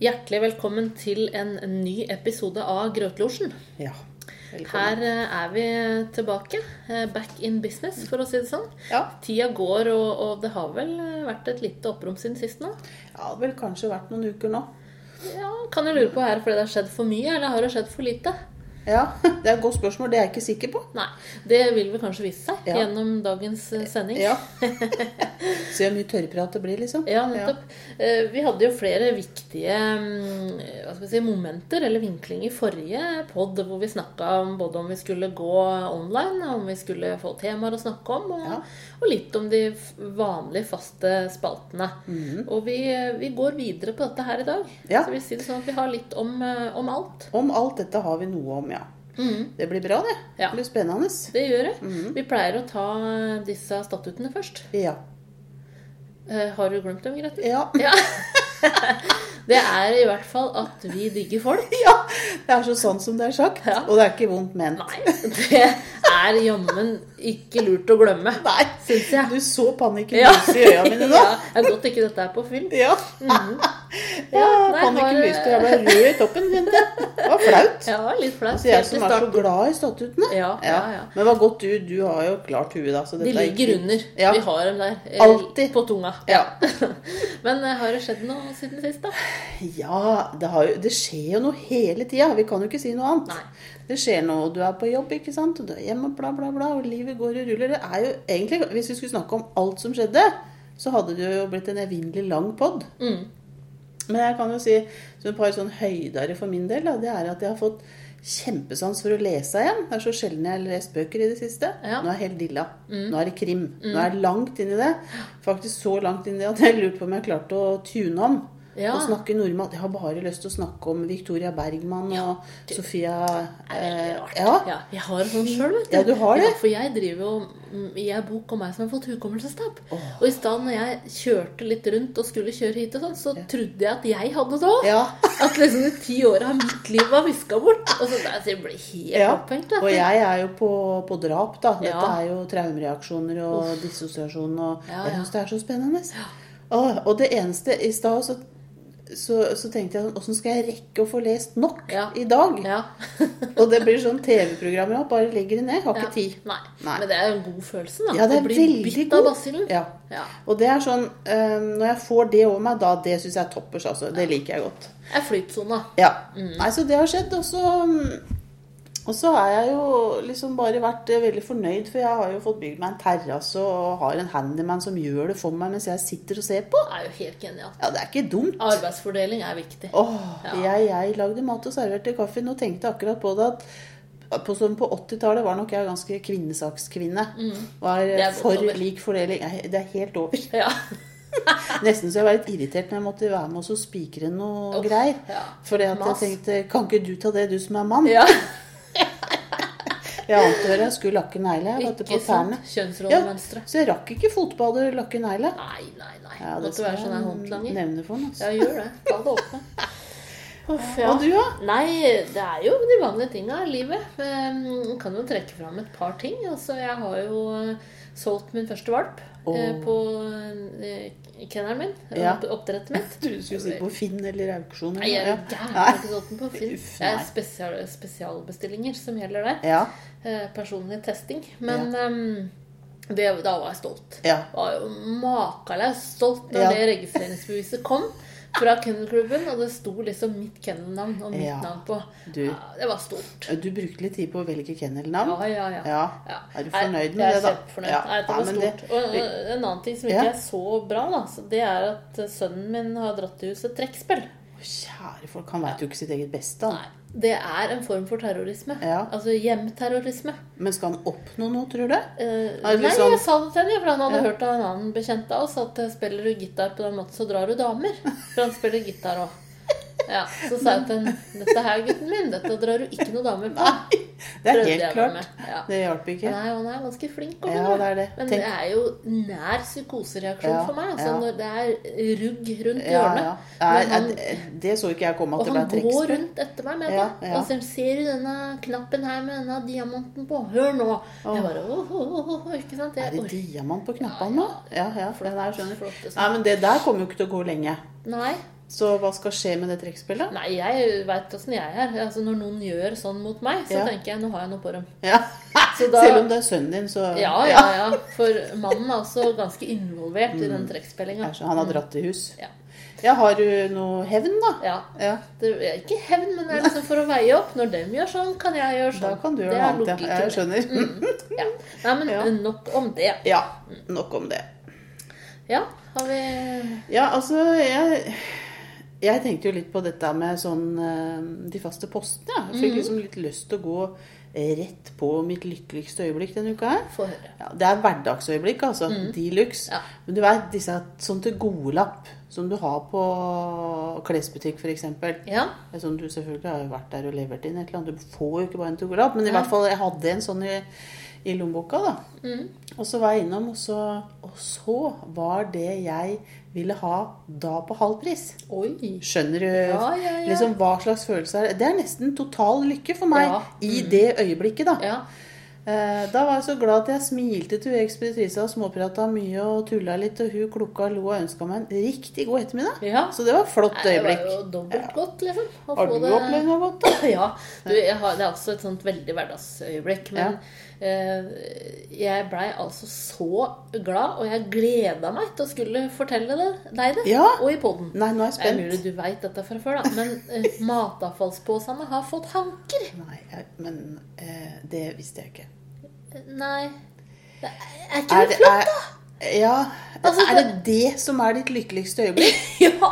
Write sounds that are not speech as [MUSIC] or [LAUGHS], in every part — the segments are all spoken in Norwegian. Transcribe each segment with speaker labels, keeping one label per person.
Speaker 1: Hjertelig velkommen til en ny episode av Grøtlosjen.
Speaker 2: Ja.
Speaker 1: Her eh, er vi tilbake. eh, Back in business, for å si det sånn.
Speaker 2: Ja.
Speaker 1: Tida går, og, og det har vel eh, vært et lite opprom siden sist nå.
Speaker 2: ja, det har vel kanskje vært noen uker nå.
Speaker 1: Ja, Kan jeg lure på her fordi det har skjedd for mye, eller har det skjedd for lite?
Speaker 2: Ja, Det er et godt spørsmål, det er jeg ikke sikker på.
Speaker 1: Nei, det vil vel kanskje vise seg
Speaker 2: Ja.
Speaker 1: gjennom dagens eh, sending. [LAUGHS]
Speaker 2: Ja. Se hvor mye tørrprat det blir, liksom.
Speaker 1: Ja, nettopp. Eh, Vi hadde jo flere viktige mm, hva skal vi si, momenter eller vinkling i forrige pod, hvor vi snakka om både om vi skulle gå online, om vi skulle få temaer å snakke om, og,
Speaker 2: Ja.
Speaker 1: og litt om de f- vanlige, faste spaltene. Og vi, vi går videre på dette her i dag.
Speaker 2: Ja.
Speaker 1: Så vi sier det sånn at vi har litt om, eh, om alt.
Speaker 2: Om alt dette har vi noe om, ja.
Speaker 1: Mhm.
Speaker 2: Det blir bra, det.
Speaker 1: Ja.
Speaker 2: Det blir spennende.
Speaker 1: Det gjør det. Vi pleier å ta eh, disse statuttene først.
Speaker 2: Ja.
Speaker 1: Eh, Har du glemt dem, Grete?
Speaker 2: ja. [LAUGHS]
Speaker 1: Ja. [LAUGHS] Det er i hvert fall at vi digger folk.
Speaker 2: Ja! Det er så sant som det er sagt.
Speaker 1: Ja.
Speaker 2: Og det er ikke vondt ment.
Speaker 1: Nei, det er jammen ikke lurt å glemme,
Speaker 2: Nei.
Speaker 1: syns jeg.
Speaker 2: Du så panikken
Speaker 1: Ja.
Speaker 2: lyse i øya mine nå.
Speaker 1: [LAUGHS] Ja, det er godt ikke dette er på film.
Speaker 2: Ja. ja
Speaker 1: Mhm. nei,
Speaker 2: panikken
Speaker 1: bare-
Speaker 2: lyste, og jeg ble rød i toppen. kjente jeg. Det var flaut.
Speaker 1: Ja, litt flaut.
Speaker 2: Så jeg
Speaker 1: Helt i
Speaker 2: som er så
Speaker 1: starten.
Speaker 2: glad i statuttene.
Speaker 1: Ja, ja, ja.
Speaker 2: Men hva godt du Du har jo klart huet, da. Så
Speaker 1: De ligger under.
Speaker 2: Ja.
Speaker 1: Vi har dem der. eh,
Speaker 2: Alltid.
Speaker 1: På tunga. [LAUGHS]
Speaker 2: Ja.
Speaker 1: Men eh, har det skjedd noe siden sist, da?
Speaker 2: ja det, har jo, det skjer jo noe hele tida. Vi kan jo ikke si noe annet.
Speaker 1: Nei.
Speaker 2: Det skjer noe. Du er på jobb, ikke sant. Og du er hjemme, bla, bla, bla. Og livet går og ruller. Det er jo egentlig Hvis vi skulle snakke om alt som skjedde, så hadde det jo blitt en evinnelig lang pod.
Speaker 1: Mm.
Speaker 2: Men jeg kan jo si som et par sånn høydere for min del, da, det er at jeg har fått kjempesans for å lese igjen. Det er så sjelden jeg har lest bøker i det siste.
Speaker 1: Ja. Mm.
Speaker 2: Nå er jeg helt dilla. Nå er det krim. Nå er jeg langt inn i det. Faktisk så langt inn i det at jeg lurte på om jeg klarte å tune om.
Speaker 1: Ja.
Speaker 2: Og snakke nordmann. Jeg har bare lyst til å snakke om Victoria Bergman og Sofia eh,
Speaker 1: Det er veldig rart.
Speaker 2: ja.
Speaker 1: Ja, jeg har det sånn sjøl, vet du.
Speaker 2: Ja, du har det.
Speaker 1: Ja, for jeg driver jo mm, Jeg bok om meg som har fått hukommelsestap. Og i stad når jeg kjørte litt rundt og skulle kjøre hit og sånn, så trodde jeg at jeg hadde det òg.
Speaker 2: ja.
Speaker 1: At liksom de ti åra av mitt liv var viska bort. Og så der, så jeg ble helt
Speaker 2: Ja,
Speaker 1: opphengt. vet
Speaker 2: Og
Speaker 1: du.
Speaker 2: jeg er jo på, på drap, da. Dette
Speaker 1: Ja.
Speaker 2: er jo traumereaksjoner og dissosiasjon og
Speaker 1: Ja,
Speaker 2: Jeg
Speaker 1: ja.
Speaker 2: syns det er så spennende. Åh, og det eneste I stad så, så, så tenkte jeg sånn Åssen skal jeg rekke å få lest nok
Speaker 1: Ja.
Speaker 2: i dag?
Speaker 1: ja.
Speaker 2: Og det blir sånn TV-programmer òg. Bare legger det ned. Jeg har ikke tid.
Speaker 1: Nei.
Speaker 2: Nei.
Speaker 1: Men det er jo en god følelse, da.
Speaker 2: Ja, det
Speaker 1: Å
Speaker 2: er
Speaker 1: bli
Speaker 2: veldig
Speaker 1: bitt av
Speaker 2: god.
Speaker 1: basillen.
Speaker 2: Ja.
Speaker 1: Ja.
Speaker 2: Og det er sånn eh, Når jeg får det over meg, da Det syns jeg er toppers, altså. Det liker jeg godt.
Speaker 1: Det er flytsona.
Speaker 2: Ja. Mm. Nei, så det har skjedd. Og så mm, og så har jeg jo liksom bare vært eh, veldig fornøyd, for jeg har jo fått bygd meg en terrasse og har en handyman som gjør det for meg mens jeg sitter og ser på.
Speaker 1: Det er jo helt genialt.
Speaker 2: Ja, det er ikke dumt.
Speaker 1: Arbeidsfordeling er viktig.
Speaker 2: Åh,
Speaker 1: Ja.
Speaker 2: jeg, jeg lagde mat og serverte kaffen og tenkte akkurat på det at på, som på 80-tallet var nok jeg ganske kvinnesakskvinne. Var
Speaker 1: Mm. Det er
Speaker 2: eh,
Speaker 1: godt
Speaker 2: for
Speaker 1: over.
Speaker 2: lik fordeling. Nei, Det er helt over. [LAUGHS]
Speaker 1: Ja.
Speaker 2: Nesten så jeg var litt irritert når jeg måtte være med oss og spikre noe
Speaker 1: Uff,
Speaker 2: greier.
Speaker 1: ja.
Speaker 2: Fordi at jeg
Speaker 1: Mas.
Speaker 2: tenkte, kan ikke du ta det, du som er mann? [LAUGHS]
Speaker 1: ja.
Speaker 2: Jeg ante at jeg skulle lakke negle jeg vet du,
Speaker 1: Ikke
Speaker 2: på
Speaker 1: sånn
Speaker 2: tærne.
Speaker 1: kjønnsrollemønstre.
Speaker 2: Så jeg rakk ikke fotbad og lakke negle.
Speaker 1: Nei, nei, nei.
Speaker 2: Ja, det
Speaker 1: Måtte være
Speaker 2: skal
Speaker 1: sånn her
Speaker 2: jeg
Speaker 1: håndlanger.
Speaker 2: Nevne for den, altså.
Speaker 1: Ja, gjør det. Ta det åpne. Uff, ja.
Speaker 2: Og du, da?
Speaker 1: Nei, det er jo de vanlige tinga i livet. Um, Kan jo trekke fram et par ting. Altså, jeg har jo eh, solgt min første valp
Speaker 2: Åh.
Speaker 1: eh, på eh, kennelen min.
Speaker 2: Ja.
Speaker 1: opp- Oppdrettet mitt.
Speaker 2: [LAUGHS] Du skulle si på Finn eller auksjon
Speaker 1: Nei, jeg
Speaker 2: eller
Speaker 1: er
Speaker 2: noe.
Speaker 1: gæren. Jeg
Speaker 2: Nei.
Speaker 1: har ikke solgt den på Finn.
Speaker 2: Uff,
Speaker 1: Det er
Speaker 2: nei.
Speaker 1: spesial, spesialbestillinger som gjelder der.
Speaker 2: Ja.
Speaker 1: Eh, Personlig testing. Men em, det, da var jeg stolt.
Speaker 2: ja.
Speaker 1: Var jo makeløs stolt når
Speaker 2: Ja.
Speaker 1: det registreringsbeviset kom fra kennelklubben, og det sto liksom mitt kennelnavn og mitt
Speaker 2: Ja.
Speaker 1: navn på.
Speaker 2: Du.
Speaker 1: Ja, det var stort.
Speaker 2: Du brukte litt tid på å velge kennelnavn.
Speaker 1: Ja, ja, ja.
Speaker 2: Ja.
Speaker 1: Ja.
Speaker 2: Er du fornøyd med
Speaker 1: jeg
Speaker 2: det,
Speaker 1: Jeg
Speaker 2: da?
Speaker 1: er kjempefornøyd.
Speaker 2: Ja.
Speaker 1: Nei, dette
Speaker 2: Ja,
Speaker 1: var
Speaker 2: men
Speaker 1: stort.
Speaker 2: det-
Speaker 1: Og og en annen ting som ikke
Speaker 2: Ja.
Speaker 1: er så bra, da, så det er at eh, sønnen min har dratt i huset trekkspill.
Speaker 2: Å, Kjære folk, han veit jo ikke sitt eget beste.
Speaker 1: Nei,
Speaker 2: Han.
Speaker 1: det er en form for terrorisme.
Speaker 2: Ja.
Speaker 1: Altså hjemterrorisme.
Speaker 2: Men skal han oppnå noe, tror du?
Speaker 1: Eh,
Speaker 2: Er det
Speaker 1: nei,
Speaker 2: sånn-
Speaker 1: jeg sa det til henne, for han hadde
Speaker 2: Ja.
Speaker 1: hørt av en annen bekjent av oss at eh, spiller du gitar på den måten, så drar du damer. For han spiller gitar òg. Ja, så sa jeg til henne
Speaker 2: [LAUGHS]
Speaker 1: dette her, gutten min, dette drar du ikke noe damer på.
Speaker 2: Nei! [LAUGHS] Ah, Det er
Speaker 1: Prøvde jeg
Speaker 2: helt
Speaker 1: meg
Speaker 2: klart.
Speaker 1: med. Ja.
Speaker 2: Det hjalp ikke.
Speaker 1: Nei, han er ganske flink. og
Speaker 2: Ja,
Speaker 1: sånn, da.
Speaker 2: det er det.
Speaker 1: Men
Speaker 2: Tenk-
Speaker 1: det er jo nær psykosereaksjon
Speaker 2: Ja,
Speaker 1: for meg. Altså,
Speaker 2: ja.
Speaker 1: Når det er rugg rundt
Speaker 2: Ja,
Speaker 1: hjørnet.
Speaker 2: ja.
Speaker 1: når
Speaker 2: Nei,
Speaker 1: han,
Speaker 2: jeg- Det så ikke jeg komme,
Speaker 1: og
Speaker 2: at det
Speaker 1: han går
Speaker 2: ble trekkspill.
Speaker 1: rundt etter meg med
Speaker 2: Ja,
Speaker 1: det.
Speaker 2: ja.
Speaker 1: Og så ser du denne knappen her med denne diamanten på. Hør nå! Jeg bare åh, åh, åh, åh, Ikke sant?
Speaker 2: Er
Speaker 1: Jeg
Speaker 2: det
Speaker 1: orker
Speaker 2: diamant på knappene nå? Ja, ja. Den er, skjønner.
Speaker 1: flott, liksom.
Speaker 2: Nei, men det der kommer jo ikke til å gå lenge.
Speaker 1: Nei.
Speaker 2: Så hva skal skje med det trekkspillet?
Speaker 1: Nei, jeg veit åssen jeg er. Altså, når noen gjør sånn mot meg, så
Speaker 2: Ja.
Speaker 1: tenker jeg nå har jeg noe på dem.
Speaker 2: [LAUGHS] Ja.
Speaker 1: Så da-
Speaker 2: Selv om det er sønnen din, så
Speaker 1: Ja, ja, ja.
Speaker 2: [LAUGHS]
Speaker 1: For mannen er også ganske involvert i
Speaker 2: Mm.
Speaker 1: den trekkspillinga.
Speaker 2: Ja, så Han har dratt i hus.
Speaker 1: Ja.
Speaker 2: Ja, har du noe hevn, da?
Speaker 1: Ja.
Speaker 2: Ja.
Speaker 1: Det er ikke hevn, men det er liksom for å veie opp. Når dem gjør sånn, kan jeg gjøre
Speaker 2: Da
Speaker 1: sånn.
Speaker 2: kan du
Speaker 1: Det
Speaker 2: gjøre noe
Speaker 1: er
Speaker 2: annet. Ja.
Speaker 1: logikken. Mm.
Speaker 2: Jeg skjønner.
Speaker 1: Ja. Nei, men
Speaker 2: Ja.
Speaker 1: nok om det.
Speaker 2: [LAUGHS] Ja, nok om det.
Speaker 1: Ja, har vi
Speaker 2: Ja, altså jeg, jeg tenkte jo litt på dette med sånn eh, de faste postene. Ja.
Speaker 1: Mm.
Speaker 2: Jeg fikk liksom litt lyst til å gå rett på mitt lykkeligste øyeblikk denne uka her.
Speaker 1: Få høre.
Speaker 2: Ja, det er hverdagsøyeblikk, altså. De luxe.
Speaker 1: Mm. Ja.
Speaker 2: Men du vet disse sånn til godlapp som du har på klesbutikk, f.eks.
Speaker 1: Ja.
Speaker 2: Sånn, du selvfølgelig har jo vært der og levert inn et eller annet. Du får jo ikke bare en til godlapp, men i
Speaker 1: Ja.
Speaker 2: hvert fall jeg hadde en sånn i, i lommeboka, da.
Speaker 1: Mm.
Speaker 2: Og så var jeg innom, og så, og så var det jeg ville ha da på halv pris.
Speaker 1: Oi.
Speaker 2: Skjønner du
Speaker 1: Ja, ja, ja.
Speaker 2: liksom hva slags følelse er det? Det er nesten total lykke for meg
Speaker 1: Ja. Mm.
Speaker 2: i det øyeblikket, da.
Speaker 1: Ja.
Speaker 2: Eh, Da var jeg så glad at jeg smilte til ekspeditrisa og småprata mye og tulla litt, og hun klokka lo og ønska meg en riktig god ettermiddag.
Speaker 1: ja.
Speaker 2: Så det var et flott
Speaker 1: Nei, det var
Speaker 2: øyeblikk.
Speaker 1: jo dobbelt godt, liksom. å
Speaker 2: Har du
Speaker 1: få det-
Speaker 2: opplevd noe godt,
Speaker 1: [CLEARS THROAT]
Speaker 2: da?
Speaker 1: Ja. Du, jeg har, det er også et sånt veldig hverdagsøyeblikk. Men eh, jeg blei altså så glad, og jeg gleda meg til å skulle fortelle det, deg det.
Speaker 2: Ja.
Speaker 1: Og i poden.
Speaker 2: Nei, nå er jeg
Speaker 1: Det er mulig
Speaker 2: spent.
Speaker 1: du veit dette fra før, da, men eh,
Speaker 2: [LAUGHS]
Speaker 1: matavfallsposene har fått hanker.
Speaker 2: Nei, jeg, men eh, det visste jeg ikke.
Speaker 1: Nei Det er er ikke
Speaker 2: Er
Speaker 1: det
Speaker 2: det,
Speaker 1: flott? [LAUGHS]
Speaker 2: er, ja,
Speaker 1: Altså,
Speaker 2: er det det som er ditt lykkeligste øyeblikk?
Speaker 1: Ja!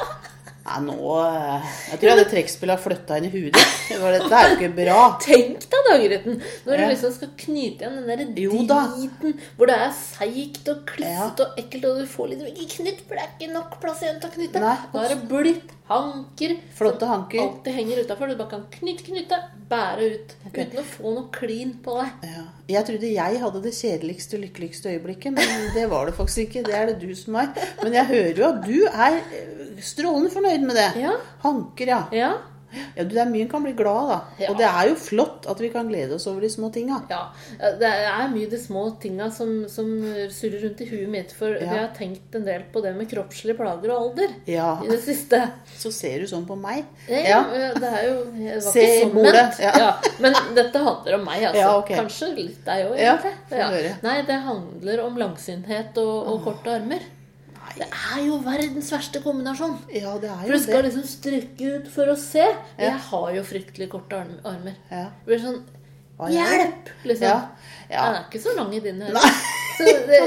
Speaker 2: Nei, nå eh, Jeg tror jeg hadde trekkspillet har flytta inn i huet ditt. Det var- Dette er jo ikke bra.
Speaker 1: Tenk deg daggryten! Når du
Speaker 2: Ja.
Speaker 1: liksom skal knyte igjen den der
Speaker 2: Jo da.
Speaker 1: driten hvor det er seigt og klissete og ekkelt, og du får liksom ikke knytt, for det er ikke nok plass igjen til å knytte.
Speaker 2: Nei.
Speaker 1: Da er det blipp, hanker,
Speaker 2: Flotte
Speaker 1: som
Speaker 2: hanker.
Speaker 1: alltid henger utafor. Du bare kan knytte, knytte, bære ut. Uten å få noe klin på deg.
Speaker 2: Ja. Jeg trodde jeg hadde det kjedeligste og lykkeligste øyeblikket, men det var det faktisk ikke. Det er det du som har. Men jeg hører jo at du er eh, strålende fornøyd med det.
Speaker 1: Ja.
Speaker 2: Hanker, ja.
Speaker 1: Ja.
Speaker 2: ja du, det er mye en kan bli glad av, da.
Speaker 1: Ja.
Speaker 2: Og det er jo flott at vi kan glede oss over de små tinga.
Speaker 1: Ja, eh, Det er mye de små tinga som, som surrer rundt i huet mitt. For jeg har tenkt en del på det med kroppslige plager og alder
Speaker 2: Ja.
Speaker 1: i det siste.
Speaker 2: Så ser du sånn på meg.
Speaker 1: Nei,
Speaker 2: Ja.
Speaker 1: Det er jo det var
Speaker 2: Se i
Speaker 1: ikke sånn
Speaker 2: bordet,
Speaker 1: ment.
Speaker 2: ja.
Speaker 1: Ja. Men dette handler om meg, altså.
Speaker 2: Ja, ok.
Speaker 1: Kanskje litt deg òg,
Speaker 2: Ja,
Speaker 1: egentlig.
Speaker 2: få høre.
Speaker 1: Nei, det handler om langsynthet og, og korte armer. Det
Speaker 2: Nei.
Speaker 1: er jo verdens verste kombinasjon.
Speaker 2: Ja, det er
Speaker 1: For
Speaker 2: jo
Speaker 1: du skal
Speaker 2: det.
Speaker 1: liksom strekke ut for å se. Jeg har jo fryktelig korte arm- armer.
Speaker 2: Ja.
Speaker 1: Det blir sånn
Speaker 2: Hva gjør jeg?
Speaker 1: Hjelp! Liksom.
Speaker 2: Ja. ja.
Speaker 1: Den er ikke så lang i dine ører. Så det,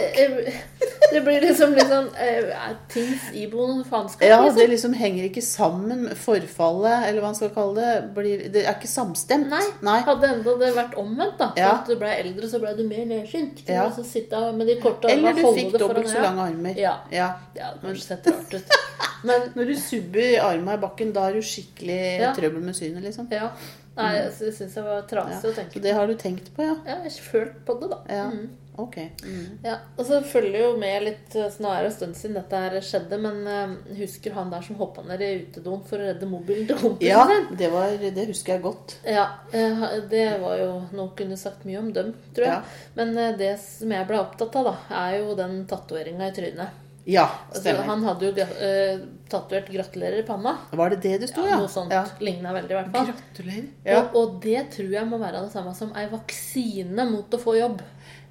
Speaker 1: det blir liksom litt sånn eh, Tings iboende faenskap.
Speaker 2: Ja,
Speaker 1: liksom.
Speaker 2: det liksom henger ikke sammen med forfallet, eller hva man skal kalle det. Blir, det er ikke samstemt.
Speaker 1: Nei. Hadde enda det vært omvendt, da.
Speaker 2: Ja.
Speaker 1: Så at du ble eldre, så ble du mer nedsynt.
Speaker 2: Ja.
Speaker 1: Ja. Så sitte med de korte
Speaker 2: Eller du
Speaker 1: armene og holde det
Speaker 2: fikk
Speaker 1: foran
Speaker 2: dobbelt så
Speaker 1: øya.
Speaker 2: lange armer.
Speaker 1: Ja.
Speaker 2: ja.
Speaker 1: Ja, det kanskje sett rart
Speaker 2: [LAUGHS]
Speaker 1: ut. Men
Speaker 2: Når du subber armene i bakken, da er du skikkelig
Speaker 1: Ja.
Speaker 2: trøbbel med synet, liksom.
Speaker 1: ja. Nei, jeg sy- syns jeg var
Speaker 2: Ja.
Speaker 1: trasig å
Speaker 2: Så
Speaker 1: tenke på.
Speaker 2: det har du tenkt på, ja.
Speaker 1: Ja, jeg har følt på det, da.
Speaker 2: Ja.
Speaker 1: Mm.
Speaker 2: Ok. Mm.
Speaker 1: Ja, og så følger jo med litt eh, sånn, Nå er det en stund siden dette her skjedde, men eh, husker han der som hoppa ned i utedoen for å redde mobilen til kompisen
Speaker 2: Ja,
Speaker 1: sin?
Speaker 2: det, var, det husker jeg godt.
Speaker 1: Ja, eh, det var jo Noen kunne sagt mye om dem, tror jeg.
Speaker 2: Ja.
Speaker 1: Men eh, det som jeg ble opptatt av, da, er jo den tatoveringa i trynet.
Speaker 2: Ja,
Speaker 1: Altså,
Speaker 2: stemmer.
Speaker 1: han hadde jo gra- eh, tatovert 'gratulerer' i panna.
Speaker 2: Var det det det sto, ja?
Speaker 1: Noe sånt.
Speaker 2: Ja.
Speaker 1: Ligna veldig, i hvert fall.
Speaker 2: Gratulerer. Ja.
Speaker 1: Og, og det tror jeg må være det samme som ei vaksine mot å få jobb.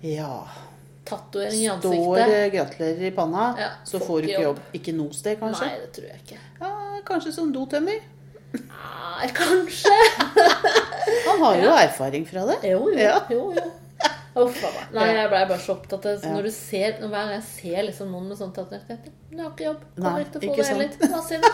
Speaker 2: ja.
Speaker 1: Tatovering i
Speaker 2: Står
Speaker 1: ansiktet.
Speaker 2: eh, 'gratulerer' i panna,
Speaker 1: Ja,
Speaker 2: så får du ikke jobb. Ikke noe sted, kanskje?
Speaker 1: Nei, det tror jeg ikke.
Speaker 2: Ja, kanskje som dotømmer.
Speaker 1: Nei, kanskje.
Speaker 2: Han har jo erfaring fra det.
Speaker 1: Jo, jo.
Speaker 2: Ja.
Speaker 1: jo, jo. Uff a meg. Nei,
Speaker 2: Ja.
Speaker 1: jeg blei bare så opptatt av
Speaker 2: Ja.
Speaker 1: når du ser, Hver gang jeg ser liksom noen med sånn tatovering, tenker jeg du har ikke jobb.
Speaker 2: Nei,
Speaker 1: Kommer ikke til å
Speaker 2: ikke
Speaker 1: få det heller. Hva sier du?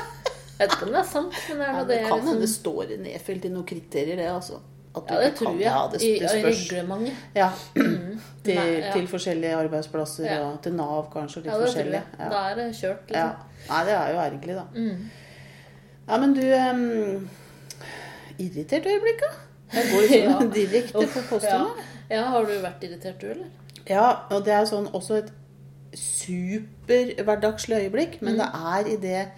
Speaker 1: Jeg vet ikke om det er sant, men det er
Speaker 2: Ja,
Speaker 1: noe
Speaker 2: det
Speaker 1: det jeg
Speaker 2: kan hende det
Speaker 1: liksom
Speaker 2: står nedfelt i noen kriterier, det, altså. At du
Speaker 1: Ja, det
Speaker 2: ikke
Speaker 1: tror
Speaker 2: kan-
Speaker 1: jeg.
Speaker 2: Ja, det, det
Speaker 1: I, i
Speaker 2: spørs.
Speaker 1: reglementet.
Speaker 2: Ja. Til,
Speaker 1: Mm. Nei, ja.
Speaker 2: til forskjellige arbeidsplasser
Speaker 1: Ja.
Speaker 2: og til Nav kanskje, og litt
Speaker 1: Ja, det tror
Speaker 2: forskjellig.
Speaker 1: jeg.
Speaker 2: Ja.
Speaker 1: Da er det kjørt,
Speaker 2: Ja.
Speaker 1: liksom.
Speaker 2: Nei, det er jo ergerlig, da.
Speaker 1: Mm.
Speaker 2: Ja, men du em, Irritert øyeblikk, da? Jeg går [LAUGHS]
Speaker 1: Ja.
Speaker 2: liksom direkte på
Speaker 1: Uff,
Speaker 2: påstanden.
Speaker 1: Ja. ja, har du vært irritert du, eller?
Speaker 2: Ja. og det er sånn også et superhverdagslig øyeblikk, men det
Speaker 1: Mm.
Speaker 2: er i det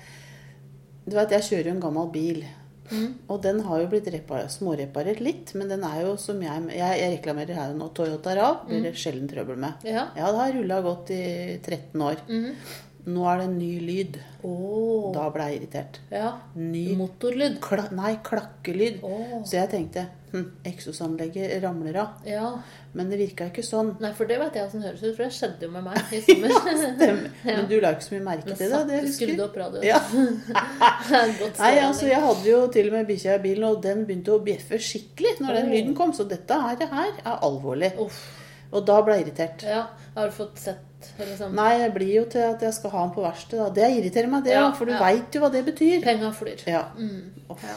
Speaker 2: Du vet, jeg kjører jo en gammel bil.
Speaker 1: Mm.
Speaker 2: Og den har jo blitt repa- småreparert litt, men den er jo som jeg Jeg, jeg reklamerer her og
Speaker 1: Mm.
Speaker 2: nå. Toyota Rav blir det sjelden trøbbel med.
Speaker 1: Ja.
Speaker 2: Ja, det har rulla godt i 13 år.
Speaker 1: Mhm.
Speaker 2: Nå er det en ny lyd.
Speaker 1: Åh,
Speaker 2: Da ble jeg irritert.
Speaker 1: ja.
Speaker 2: Ny
Speaker 1: Motorlyd.
Speaker 2: kla Nei, klakkelyd.
Speaker 1: Åh,
Speaker 2: Så jeg tenkte hm, eksosanlegget ramler av.
Speaker 1: ja.
Speaker 2: Men det virka ikke
Speaker 1: [LAUGHS]
Speaker 2: sånn.
Speaker 1: Nei, for det vet jeg hvordan det høres ut, for det skjedde jo med meg i
Speaker 2: [LAUGHS]
Speaker 1: sommer.
Speaker 2: Stemmer. Men du la ikke så mye merke
Speaker 1: Jeg
Speaker 2: til det?
Speaker 1: satt
Speaker 2: det
Speaker 1: og
Speaker 2: husker
Speaker 1: skrudde
Speaker 2: jeg.
Speaker 1: opp radioen. [LAUGHS]
Speaker 2: Ja.
Speaker 1: Godt
Speaker 2: Nei,
Speaker 1: stemning.
Speaker 2: altså Jeg hadde jo til og med bikkja i bilen, og den begynte å bjeffe skikkelig når den
Speaker 1: Oi.
Speaker 2: lyden kom. Så dette her, det her er alvorlig.
Speaker 1: Uff.
Speaker 2: Og da ble jeg irritert.
Speaker 1: Ja, har du fått sett liksom,
Speaker 2: Nei, jeg blir jo til at jeg skal ha den på verksted. da. Det irriterer meg, det.
Speaker 1: Ja,
Speaker 2: da, for du
Speaker 1: ja.
Speaker 2: vet veit jo hva det betyr.
Speaker 1: Penga flyr.
Speaker 2: Ja.
Speaker 1: Mm.
Speaker 2: Uff.
Speaker 1: Ja.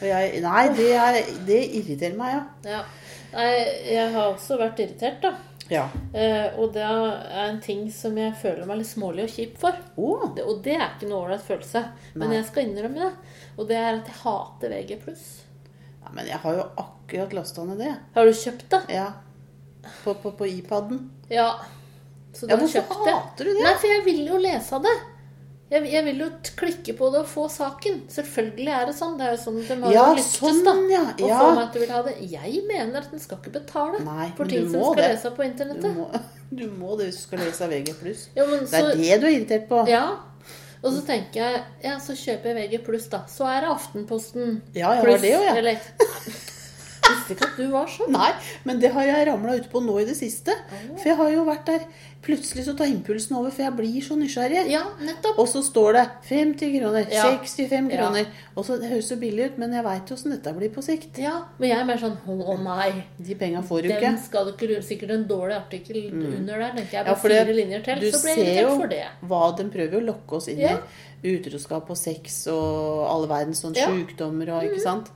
Speaker 2: Og jeg, nei, det, er, det irriterer meg,
Speaker 1: Ja. Nei, jeg har også vært irritert, da.
Speaker 2: ja. Ja.
Speaker 1: Eh, og det er en ting som jeg føler meg litt smålig og kjip for.
Speaker 2: Å,
Speaker 1: Det, og det er ikke noe ålreit følelse, men
Speaker 2: Nei.
Speaker 1: jeg skal innrømme det. Og det er at jeg hater VG+.
Speaker 2: Nei, men jeg har jo akkurat lasta ned det.
Speaker 1: Har du kjøpt det?
Speaker 2: Ja. På, på, på iPaden.
Speaker 1: Ja. Så du
Speaker 2: Ja,
Speaker 1: har
Speaker 2: hvorfor
Speaker 1: kjøpt det?
Speaker 2: hater du det?
Speaker 1: Nei, for jeg vil jo lese av det. Jeg, jeg vil jo t- klikke på det og få saken. Selvfølgelig er det sånn. Det er jo sånn at de har
Speaker 2: Ja,
Speaker 1: jo lyktes,
Speaker 2: sånn,
Speaker 1: da.
Speaker 2: ja.
Speaker 1: Og
Speaker 2: ja.
Speaker 1: få meg til å ville ha det. Jeg mener at en skal ikke betale
Speaker 2: Nei, men
Speaker 1: for
Speaker 2: du
Speaker 1: ting som
Speaker 2: må
Speaker 1: skal
Speaker 2: det.
Speaker 1: lese på
Speaker 2: Du
Speaker 1: internettet.
Speaker 2: må, [LAUGHS] du må det hvis du skal lese VG+.
Speaker 1: Ja, men
Speaker 2: Det
Speaker 1: så,
Speaker 2: er det du er irritert på.
Speaker 1: ja. Og så tenker jeg, ja, så kjøper jeg VG+, da. Så er det Aftenposten.
Speaker 2: Ja, jeg har det jo, jeg. [LAUGHS]
Speaker 1: Eller Visste ikke at du var sånn.
Speaker 2: Nei, men det har jeg ramla ut på nå i det siste. For jeg har jo vært der. Plutselig så tar impulsen over, for jeg blir så nysgjerrig.
Speaker 1: Ja, nettopp.
Speaker 2: Og så står det 50 kroner,
Speaker 1: Ja.
Speaker 2: 65 kroner. Og så Det høres så billig ut, men jeg veit jo åssen dette blir på sikt.
Speaker 1: Ja, men jeg er mer sånn Å å nei.
Speaker 2: De penga får du ikke. Mm.
Speaker 1: Den skal du ikke lure. Sikkert en dårlig artikkel under der. Tenker jeg
Speaker 2: Ja,
Speaker 1: på
Speaker 2: for det-
Speaker 1: fire linjer til.
Speaker 2: du
Speaker 1: Så ble jeg
Speaker 2: ser jo-
Speaker 1: irritert for det.
Speaker 2: Hva de prøver å lokke oss inn
Speaker 1: Ja.
Speaker 2: i. Utroskap og sex og all verdens sånne
Speaker 1: Ja. Mhm.
Speaker 2: sjukdommer og ikke sant.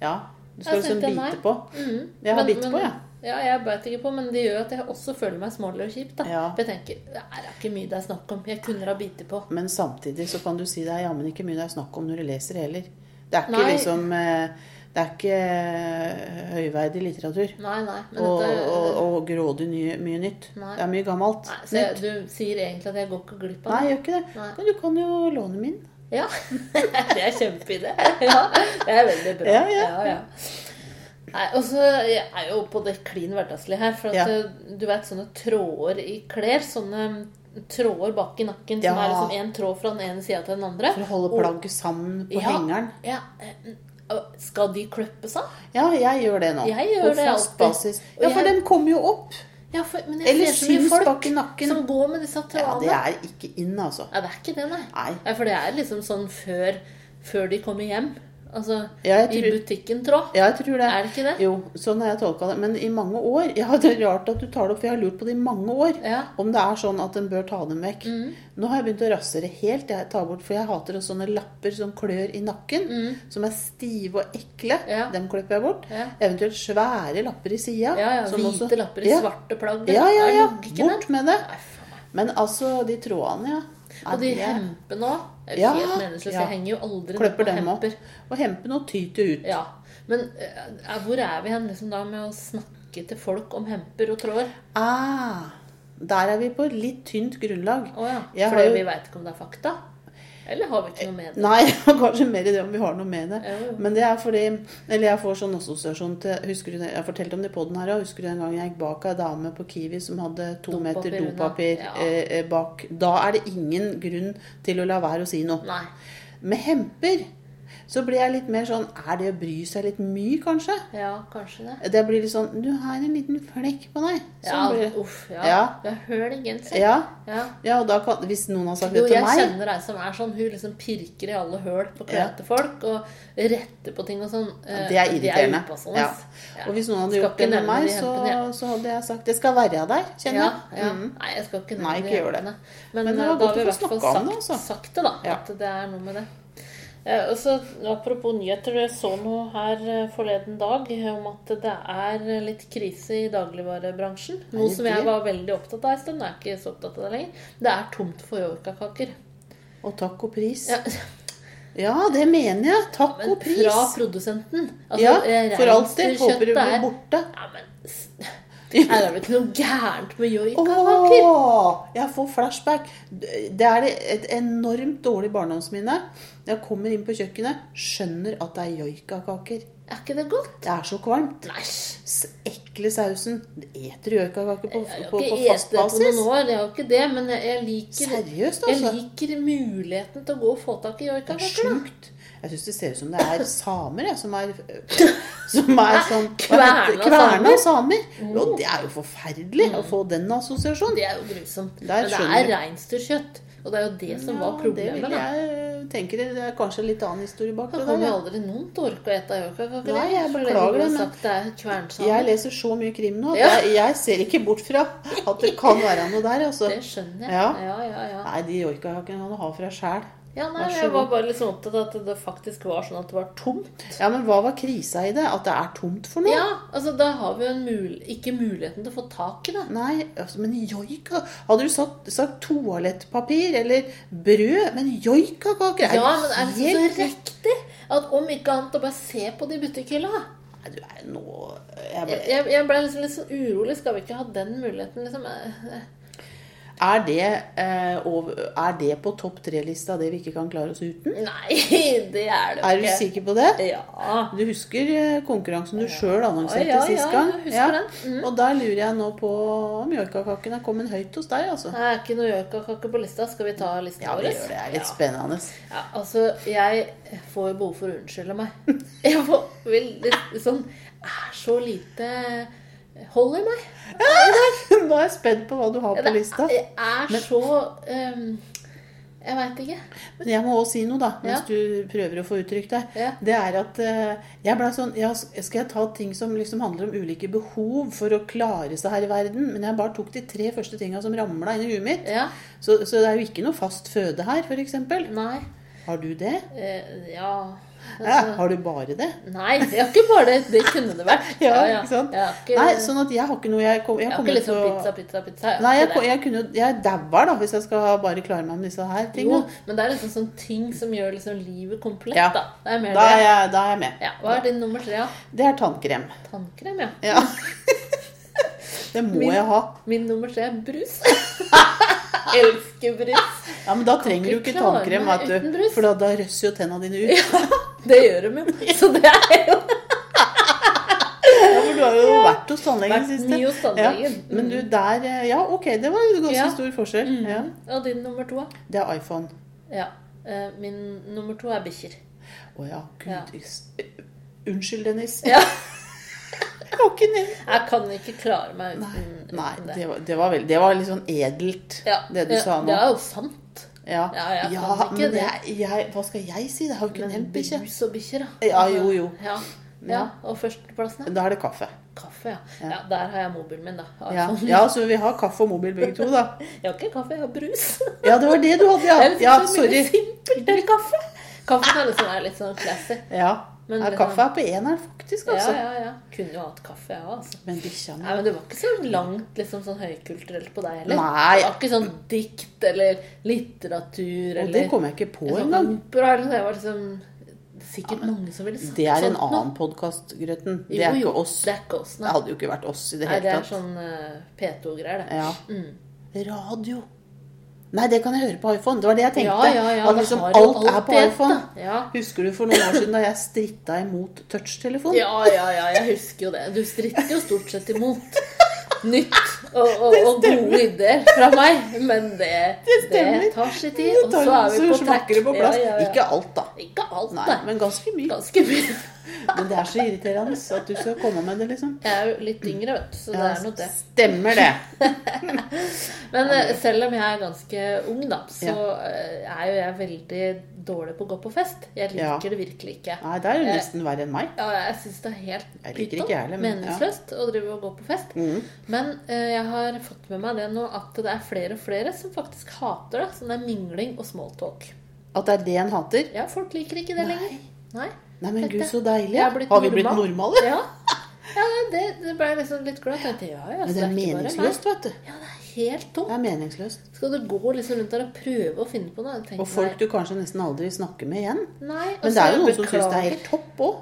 Speaker 2: Ja. Du skal
Speaker 1: Jeg
Speaker 2: liksom
Speaker 1: tenkte, nei.
Speaker 2: bite på.
Speaker 1: Mm.
Speaker 2: Jeg har
Speaker 1: Men-
Speaker 2: bitt
Speaker 1: men-
Speaker 2: på, jeg.
Speaker 1: Ja, jeg beit ikke på, men det gjør at jeg også føler meg smålig og kjip. da.
Speaker 2: Ja.
Speaker 1: For jeg tenker, det er ikke mye det er snakk om. Jeg kunne ha bitt på.
Speaker 2: Men samtidig så kan du si det er jammen ikke mye det er snakk om når du leser heller. Det er ikke
Speaker 1: Nei.
Speaker 2: liksom eh, Det er ikke eh, høyverdig litteratur.
Speaker 1: Nei, nei. Men
Speaker 2: Og,
Speaker 1: dette,
Speaker 2: og, og grådig nye, mye nytt.
Speaker 1: Nei.
Speaker 2: Det er mye gammelt.
Speaker 1: nei, så jeg, du sier egentlig at jeg går ikke glipp av
Speaker 2: Nei,
Speaker 1: det?
Speaker 2: jeg gjør ikke det.
Speaker 1: Nei.
Speaker 2: Men du kan jo låne min.
Speaker 1: Ja. [LAUGHS] det er kjempeidé. Ja, det er veldig bra.
Speaker 2: Ja, ja.
Speaker 1: Nei, og så jeg er jo på det klin hverdagslige her. For at
Speaker 2: Ja.
Speaker 1: eh, du vet sånne tråder i klær. Sånne mm, tråder bak i nakken som
Speaker 2: Ja.
Speaker 1: er liksom én tråd fra den ene sida til den andre.
Speaker 2: For å holde
Speaker 1: Og-
Speaker 2: plagget sammen på
Speaker 1: Ja.
Speaker 2: hengeren.
Speaker 1: Ja, eh, mm, Skal de klippes av?
Speaker 2: Ja, jeg gjør det nå.
Speaker 1: Jeg gjør
Speaker 2: på
Speaker 1: det
Speaker 2: fast
Speaker 1: alltid.
Speaker 2: basis.
Speaker 1: Og
Speaker 2: Ja, for
Speaker 1: jeg-
Speaker 2: den kommer jo opp.
Speaker 1: Ja, for, men jeg
Speaker 2: Eller
Speaker 1: ser så mye
Speaker 2: syns
Speaker 1: folk
Speaker 2: bak i nakken.
Speaker 1: som går med disse
Speaker 2: Ja, det
Speaker 1: trådene.
Speaker 2: er ikke inn, altså.
Speaker 1: Ja, det er ikke det, nei.
Speaker 2: Nei.
Speaker 1: Ja, for det er liksom sånn før, før de kommer hjem. Altså
Speaker 2: Ja, jeg
Speaker 1: i
Speaker 2: tror-
Speaker 1: butikken-tråd.
Speaker 2: Ja, jeg tror det.
Speaker 1: Er det ikke det?
Speaker 2: Jo, sånn har jeg tolka det. Men i mange år Ja, det er rart at du tar det opp, for jeg har lurt på det i mange år.
Speaker 1: Ja.
Speaker 2: Om det er sånn at en bør ta dem vekk.
Speaker 1: Mm.
Speaker 2: Nå har jeg begynt å rasere helt, jeg tar bort, for jeg hater også sånne lapper som klør i nakken. Som er stive og ekle.
Speaker 1: Mm. Ja.
Speaker 2: Dem klipper jeg bort.
Speaker 1: Ja.
Speaker 2: Eventuelt svære lapper i sida.
Speaker 1: Ja, ja, hvite lapper i
Speaker 2: ja.
Speaker 1: svarte plagg.
Speaker 2: Ja, ja,
Speaker 1: Det er
Speaker 2: ja.
Speaker 1: logikken der.
Speaker 2: Bort med det.
Speaker 1: Nei, faen meg.
Speaker 2: Men altså, de trådene, ja. Nei,
Speaker 1: Og de
Speaker 2: det er-
Speaker 1: hempene òg.
Speaker 2: Ja,
Speaker 1: Helt meningsløst.
Speaker 2: ja.
Speaker 1: Jeg henger jo aldri ned på
Speaker 2: Klipper dem opp.
Speaker 1: hemper.
Speaker 2: Og hempen og tyter ut.
Speaker 1: Ja. Men eh, hvor er vi hen liksom da med å snakke til folk om hemper og tråder?
Speaker 2: Ah, der er vi på litt tynt grunnlag.
Speaker 1: Å ja.
Speaker 2: Jeg
Speaker 1: Fordi
Speaker 2: har jo- Eh,
Speaker 1: vi veit ikke om det er fakta? Eller har vi ikke noe med det?
Speaker 2: Nei, [LAUGHS] kanskje mer i det om vi har noe med det.
Speaker 1: Jo, jo.
Speaker 2: Men det er fordi Eller jeg får sånn assosiasjon til Husker du det, Jeg har fortalt om det i poden her òg. Husker du en gang jeg gikk bak ei dame på Kiwi som hadde to
Speaker 1: Dopapir
Speaker 2: meter
Speaker 1: unna.
Speaker 2: dopapir
Speaker 1: Ja.
Speaker 2: eh, eh, bak? Da er det ingen grunn til å la være å si noe.
Speaker 1: Nei.
Speaker 2: Med hemper så blir jeg litt mer sånn Er det å bry seg litt mye, kanskje?
Speaker 1: Ja, kanskje det.
Speaker 2: Det blir litt sånn Du har en liten flekk på deg.
Speaker 1: Ja,
Speaker 2: Sånn blir det.
Speaker 1: uff, ja. ja.
Speaker 2: Ja.
Speaker 1: Du er høl i genseren.
Speaker 2: Ja.
Speaker 1: Ja.
Speaker 2: ja, og da kan Hvis noen har sagt
Speaker 1: Jo,
Speaker 2: det til
Speaker 1: jeg
Speaker 2: meg
Speaker 1: kjenner ei som er sånn. Hun liksom pirker i alle høl på
Speaker 2: Ja.
Speaker 1: klærne til folk og retter på ting og sånn. Eh,
Speaker 2: Det er irriterende.
Speaker 1: upassende.
Speaker 2: Ja. Og hvis noen hadde
Speaker 1: Skal
Speaker 2: gjort det
Speaker 1: ikke
Speaker 2: med
Speaker 1: nevne
Speaker 2: meg,
Speaker 1: de
Speaker 2: så,
Speaker 1: hempene, ja.
Speaker 2: så hadde jeg sagt Det skal være der, kjenner
Speaker 1: Ja,
Speaker 2: jeg.
Speaker 1: ja.
Speaker 2: Mhm.
Speaker 1: Nei, jeg skal ikke
Speaker 2: Nei,
Speaker 1: nevne
Speaker 2: ikke gjør det.
Speaker 1: hjelpene. Men,
Speaker 2: Men det
Speaker 1: eh,
Speaker 2: var
Speaker 1: da
Speaker 2: godt
Speaker 1: har vi
Speaker 2: å
Speaker 1: i
Speaker 2: få
Speaker 1: hvert fall
Speaker 2: snakka
Speaker 1: sagt,
Speaker 2: om det, altså.
Speaker 1: sagt det, da.
Speaker 2: Ja.
Speaker 1: At det er noe med det. Eh, Og så Apropos nyheter, jeg så noe her eh, forleden dag om at det er litt krise i dagligvarebransjen. Noe
Speaker 2: det
Speaker 1: som
Speaker 2: det?
Speaker 1: jeg var veldig opptatt av en stund. Jeg er ikke så opptatt av det lenger. Det er tomt for Yorkakaker.
Speaker 2: Og takk og pris. Ja,
Speaker 1: Ja,
Speaker 2: det mener jeg. Takk
Speaker 1: men
Speaker 2: og pris.
Speaker 1: fra produsenten. Altså,
Speaker 2: ja,
Speaker 1: eh,
Speaker 2: for alltid. Håper du
Speaker 1: reinsdyrkjøttet
Speaker 2: blir
Speaker 1: er-
Speaker 2: borte.
Speaker 1: Ja, men s- Her er det vel ikke noe gærent med Yorkakaker?
Speaker 2: Åh, jeg får flashback. Det er det- et enormt dårlig barndomsminne. Når jeg kommer inn på kjøkkenet, skjønner at det er joikakaker.
Speaker 1: Er ikke det godt?
Speaker 2: Det er så kvalmt.
Speaker 1: Nei.
Speaker 2: S- Ekle sausen. Du eter joikakaker på,
Speaker 1: Jeg har
Speaker 2: på, på
Speaker 1: ikke
Speaker 2: fast
Speaker 1: spist det på
Speaker 2: basis.
Speaker 1: noen år, jeg har ikke det, men jeg, jeg liker
Speaker 2: Seriøst,
Speaker 1: jeg
Speaker 2: altså.
Speaker 1: liker muligheten til å gå og få tak i
Speaker 2: Det er
Speaker 1: joikakaker. da.
Speaker 2: sjukt. Jeg syns det ser ut som det er samer jeg, som er, [LAUGHS] som er sånn hva heter det?
Speaker 1: Kverna Oh.
Speaker 2: Kverna samer. Og det er jo forferdelig
Speaker 1: Mm.
Speaker 2: å få den assosiasjonen.
Speaker 1: Det er jo grusomt.
Speaker 2: Der
Speaker 1: Men det
Speaker 2: skjønner
Speaker 1: er
Speaker 2: jeg.
Speaker 1: reinsdyrkjøtt, og det er jo det som var
Speaker 2: Det
Speaker 1: problemet.
Speaker 2: vil
Speaker 1: da.
Speaker 2: jeg tenke det. Det er kanskje en litt annen historie bak
Speaker 1: Da
Speaker 2: det.
Speaker 1: kommer
Speaker 2: der.
Speaker 1: jo aldri noen til å orke å ete joikakaker.
Speaker 2: Nei, jeg
Speaker 1: Så lenge
Speaker 2: beklager
Speaker 1: du har
Speaker 2: det, men-
Speaker 1: sagt det er kvernsamer.
Speaker 2: Jeg leser så mye krim nå at
Speaker 1: Ja.
Speaker 2: jeg, jeg ser ikke bort fra at det kan være noe der. Altså.
Speaker 1: Det skjønner jeg.
Speaker 2: Ja.
Speaker 1: Ja, ja, ja.
Speaker 2: Nei, de joikakakene kan du ha for deg sjæl.
Speaker 1: ja nei,
Speaker 2: Vær så
Speaker 1: jeg
Speaker 2: god.
Speaker 1: var bare litt sånn opptatt av at det faktisk var sånn at det var tomt.
Speaker 2: Ja, men hva var krisa i det? At det er tomt for noe?
Speaker 1: Ja, altså da har vi jo en mul ikke muligheten til å få tak i det.
Speaker 2: Nei, altså, men joika Hadde du sagt, sagt toalettpapir eller brød Men joikakaker er
Speaker 1: Ja,
Speaker 2: jo
Speaker 1: men er det så
Speaker 2: helt
Speaker 1: riktig at om ikke annet å bare se på de butikkhylla?
Speaker 2: Nei, du er nå jeg ble,
Speaker 1: Jeg, jeg ble liksom litt sånn urolig. Skal vi ikke ha den muligheten, liksom? Eh, eh.
Speaker 2: er, det, eh, over, er det på topp tre-lista det vi ikke kan klare oss uten?
Speaker 1: Nei, [LAUGHS] det er det
Speaker 2: Er du
Speaker 1: jo ikke.
Speaker 2: sikker på det?
Speaker 1: Ja.
Speaker 2: Du husker eh, konkurransen du sjøl annonserte
Speaker 1: Ja, ja,
Speaker 2: sist
Speaker 1: jeg
Speaker 2: gang?
Speaker 1: husker den. Mm.
Speaker 2: Og der lurer jeg nå på om joikakaken er kommet høyt hos deg, altså.
Speaker 1: Det er ikke noe joikakake på lista. Skal vi ta lista
Speaker 2: Ja,
Speaker 1: vår?
Speaker 2: det gjør det. Det er litt spennende. [LAUGHS]
Speaker 1: Ja, altså, jeg får jo behov for å unnskylde meg. [LAUGHS] Jeg får veldig sånn Er så lite hold i meg.
Speaker 2: Nå er jeg spent på hva du har på
Speaker 1: Det
Speaker 2: lista.
Speaker 1: er, er så ehm, Jeg veit ikke.
Speaker 2: Men jeg må også si noe, da,
Speaker 1: Ja.
Speaker 2: mens du prøver å få uttrykt deg.
Speaker 1: Ja.
Speaker 2: Det er at eh, jeg ble sånn ja, Skal jeg ta ting som liksom handler om ulike behov for å klare seg her i verden? Men jeg bare tok de tre første tinga som ramla inn i huet mitt.
Speaker 1: Ja,
Speaker 2: Så, så det er jo ikke noe fast føde her, f.eks.
Speaker 1: nei.
Speaker 2: Har du det?
Speaker 1: eh, ja.
Speaker 2: Ja,
Speaker 1: Altså,
Speaker 2: har du bare det?
Speaker 1: Nei, jeg har ikke bare det. Det kunne det vært.
Speaker 2: [LAUGHS] Ja, ikke sant?
Speaker 1: Jeg har ikke,
Speaker 2: Nei, sånn at jeg har ikke noe jeg, kom, jeg
Speaker 1: jeg har
Speaker 2: kommer
Speaker 1: ikke liksom
Speaker 2: til å-
Speaker 1: pizza, pizza, pizza.
Speaker 2: Nei,
Speaker 1: har
Speaker 2: jeg,
Speaker 1: ikke
Speaker 2: ko-
Speaker 1: det.
Speaker 2: jeg, kunne, jo- jeg dauer da, hvis jeg skal bare klare meg med disse her
Speaker 1: jo,
Speaker 2: tingene.
Speaker 1: men det er liksom sånn ting som gjør liksom livet komplett,
Speaker 2: Ja.
Speaker 1: da. Det er mer
Speaker 2: Da er,
Speaker 1: det.
Speaker 2: jeg, da er jeg med.
Speaker 1: Ja, hva er din nummer tre? da?
Speaker 2: Det er tannkrem.
Speaker 1: Tannkrem, ja.
Speaker 2: Ja. [LAUGHS] Det må
Speaker 1: Mm. Min-
Speaker 2: jeg ha.
Speaker 1: Min nummer tre er brus.
Speaker 2: [LAUGHS]
Speaker 1: Elsker brus.
Speaker 2: Ja, Men da trenger du
Speaker 1: ikke
Speaker 2: ikke
Speaker 1: klare
Speaker 2: tannkrem,
Speaker 1: meg
Speaker 2: vet
Speaker 1: uten
Speaker 2: du.
Speaker 1: brus.
Speaker 2: For da, da røsser jo tenna dine
Speaker 1: [LAUGHS]
Speaker 2: ut.
Speaker 1: Det gjør de
Speaker 2: [LAUGHS]
Speaker 1: jo. Så det er jo
Speaker 2: Ja, for du har jo vært hos tannlegen
Speaker 1: Vært
Speaker 2: sist.
Speaker 1: mye hos tannlegen. Mm.
Speaker 2: Ja. Men du, der eh, Ja, ok, det var jo ganske
Speaker 1: Ja. Mm.
Speaker 2: stor forskjell. Ja.
Speaker 1: Og din nummer to? da?
Speaker 2: Det er iPhone.
Speaker 1: Ja. Eh, Min nummer to er bikkjer.
Speaker 2: Å ja, gud.
Speaker 1: Ja.
Speaker 2: is- Unnskyld, Dennis.
Speaker 1: Ja.
Speaker 2: [LAUGHS] Jeg har ikke nevnt
Speaker 1: Jeg kan ikke klare meg uten,
Speaker 2: Nei,
Speaker 1: uten
Speaker 2: nei
Speaker 1: det.
Speaker 2: det, var, det var veldig Det var litt sånn edelt,
Speaker 1: Ja,
Speaker 2: det du sa nå.
Speaker 1: Det er jo sant.
Speaker 2: Ja,
Speaker 1: Ja, jeg kan ikke
Speaker 2: men
Speaker 1: det.
Speaker 2: jeg, jeg, hva skal jeg si? Det har jo ikke
Speaker 1: Men
Speaker 2: nevnt bikkje.
Speaker 1: brus og bikkjer, da.
Speaker 2: Ja, jo, jo. Mm.
Speaker 1: Ja. ja. Og førsteplassen? da?
Speaker 2: Da er det kaffe.
Speaker 1: Kaffe, ja. ja. Der har jeg mobilen min, da.
Speaker 2: Ja.
Speaker 1: iPhone.
Speaker 2: ja, så vi har kaffe og mobil begge to, da.
Speaker 1: Jeg har ikke kaffe, jeg har brus.
Speaker 2: Ja, det var det du hadde, ja.
Speaker 1: Jeg synes
Speaker 2: Ja,
Speaker 1: [LAUGHS] det er liksom mye
Speaker 2: sorry.
Speaker 1: Simpelt til kaffe. Kaffen er liksom er litt sånn
Speaker 2: [LAUGHS]
Speaker 1: classy.
Speaker 2: Ja.
Speaker 1: Men
Speaker 2: ja
Speaker 1: det-
Speaker 2: kaffe er på eneren, faktisk,
Speaker 1: Ja,
Speaker 2: altså.
Speaker 1: ja, ja. Kunne jo hatt kaffe, jeg ja, òg, altså.
Speaker 2: Men bikkja mi
Speaker 1: Nei, men det var ikke så langt liksom, sånn høykulturelt på deg heller.
Speaker 2: Nei.
Speaker 1: Det var ikke sånn dikt eller litteratur
Speaker 2: Og det
Speaker 1: eller
Speaker 2: kom jeg ikke på
Speaker 1: sånn
Speaker 2: engang.
Speaker 1: opera eller noe. Det var liksom sikkert mange som ville sagt
Speaker 2: Det er en
Speaker 1: sånt nå.
Speaker 2: annen podkast, Grøten. Det
Speaker 1: sånn- Jo,
Speaker 2: er ikke
Speaker 1: jo,
Speaker 2: oss.
Speaker 1: Det er ikke oss,
Speaker 2: Det
Speaker 1: nei.
Speaker 2: hadde jo ikke vært oss i det
Speaker 1: Nei, det
Speaker 2: hele
Speaker 1: er
Speaker 2: tatt.
Speaker 1: sånn eh, P2-greier, det.
Speaker 2: Ja.
Speaker 1: Mm.
Speaker 2: Radio. Nei, det kan jeg høre på iPhone. Det var det jeg tenkte.
Speaker 1: Ja, ja, ja.
Speaker 2: At
Speaker 1: det
Speaker 2: liksom
Speaker 1: har jo
Speaker 2: alt er på
Speaker 1: alltid et,
Speaker 2: iPhone.
Speaker 1: da. Ja.
Speaker 2: Husker du for noen år siden da jeg stritta imot touchtelefon?
Speaker 1: ja, ja, ja. Jeg husker jo det. Du stritter jo stort sett imot nytt og, og, og gode ideer fra meg, men det,
Speaker 2: Det stemmer.
Speaker 1: tar sin tid.
Speaker 2: Det
Speaker 1: Og
Speaker 2: tar-
Speaker 1: så er vi på
Speaker 2: så
Speaker 1: track.
Speaker 2: smakker det på plass.
Speaker 1: Ja, ja, ja.
Speaker 2: Ikke alt, da.
Speaker 1: Ikke alt,
Speaker 2: Nei,
Speaker 1: da.
Speaker 2: men ganske mye.
Speaker 1: Ganske mye.
Speaker 2: Men det er så irriterende at du skal komme med det, liksom.
Speaker 1: Jeg er jo litt yngre, vet du, så det er nok det.
Speaker 2: Stemmer det.
Speaker 1: Men eh, selv om jeg er ganske ung, da, så
Speaker 2: Ja.
Speaker 1: eh, er jo jeg veldig dårlig på å gå på fest. Jeg liker
Speaker 2: Ja.
Speaker 1: det virkelig ikke.
Speaker 2: Nei, det er jo nesten verre enn meg.
Speaker 1: Ja, jeg syns det er helt
Speaker 2: Jeg liker
Speaker 1: pyton,
Speaker 2: ikke jeg heller, men ja.
Speaker 1: meningsløst, å drive og gå på fest.
Speaker 2: Mm.
Speaker 1: Men eh, jeg har fått med meg det nå at det er flere og flere som faktisk hater det. Sånn der mingling og smalltalk.
Speaker 2: At det er det en hater.
Speaker 1: Ja, folk liker ikke det
Speaker 2: Nei.
Speaker 1: lenger. Nei.
Speaker 2: Nei, men
Speaker 1: Dette-
Speaker 2: gud, så deilig.
Speaker 1: Jeg har blitt
Speaker 2: Har vi blitt
Speaker 1: normal.
Speaker 2: normale?
Speaker 1: Ja, ja det, det ble jeg liksom litt glad. Jeg tenkte, ja, ja,
Speaker 2: Men
Speaker 1: så
Speaker 2: det er
Speaker 1: ikke bare meg.
Speaker 2: meningsløst, vet du.
Speaker 1: Ja, det er helt tomt.
Speaker 2: Det er meningsløst.
Speaker 1: Skal du gå liksom rundt der og prøve å finne på noe? Jeg tenker,
Speaker 2: Og folk du kanskje nesten aldri snakker med igjen.
Speaker 1: Nei, og
Speaker 2: Men det er
Speaker 1: så
Speaker 2: jo noen som syns det er
Speaker 1: Altså, beklager.
Speaker 2: helt topp òg.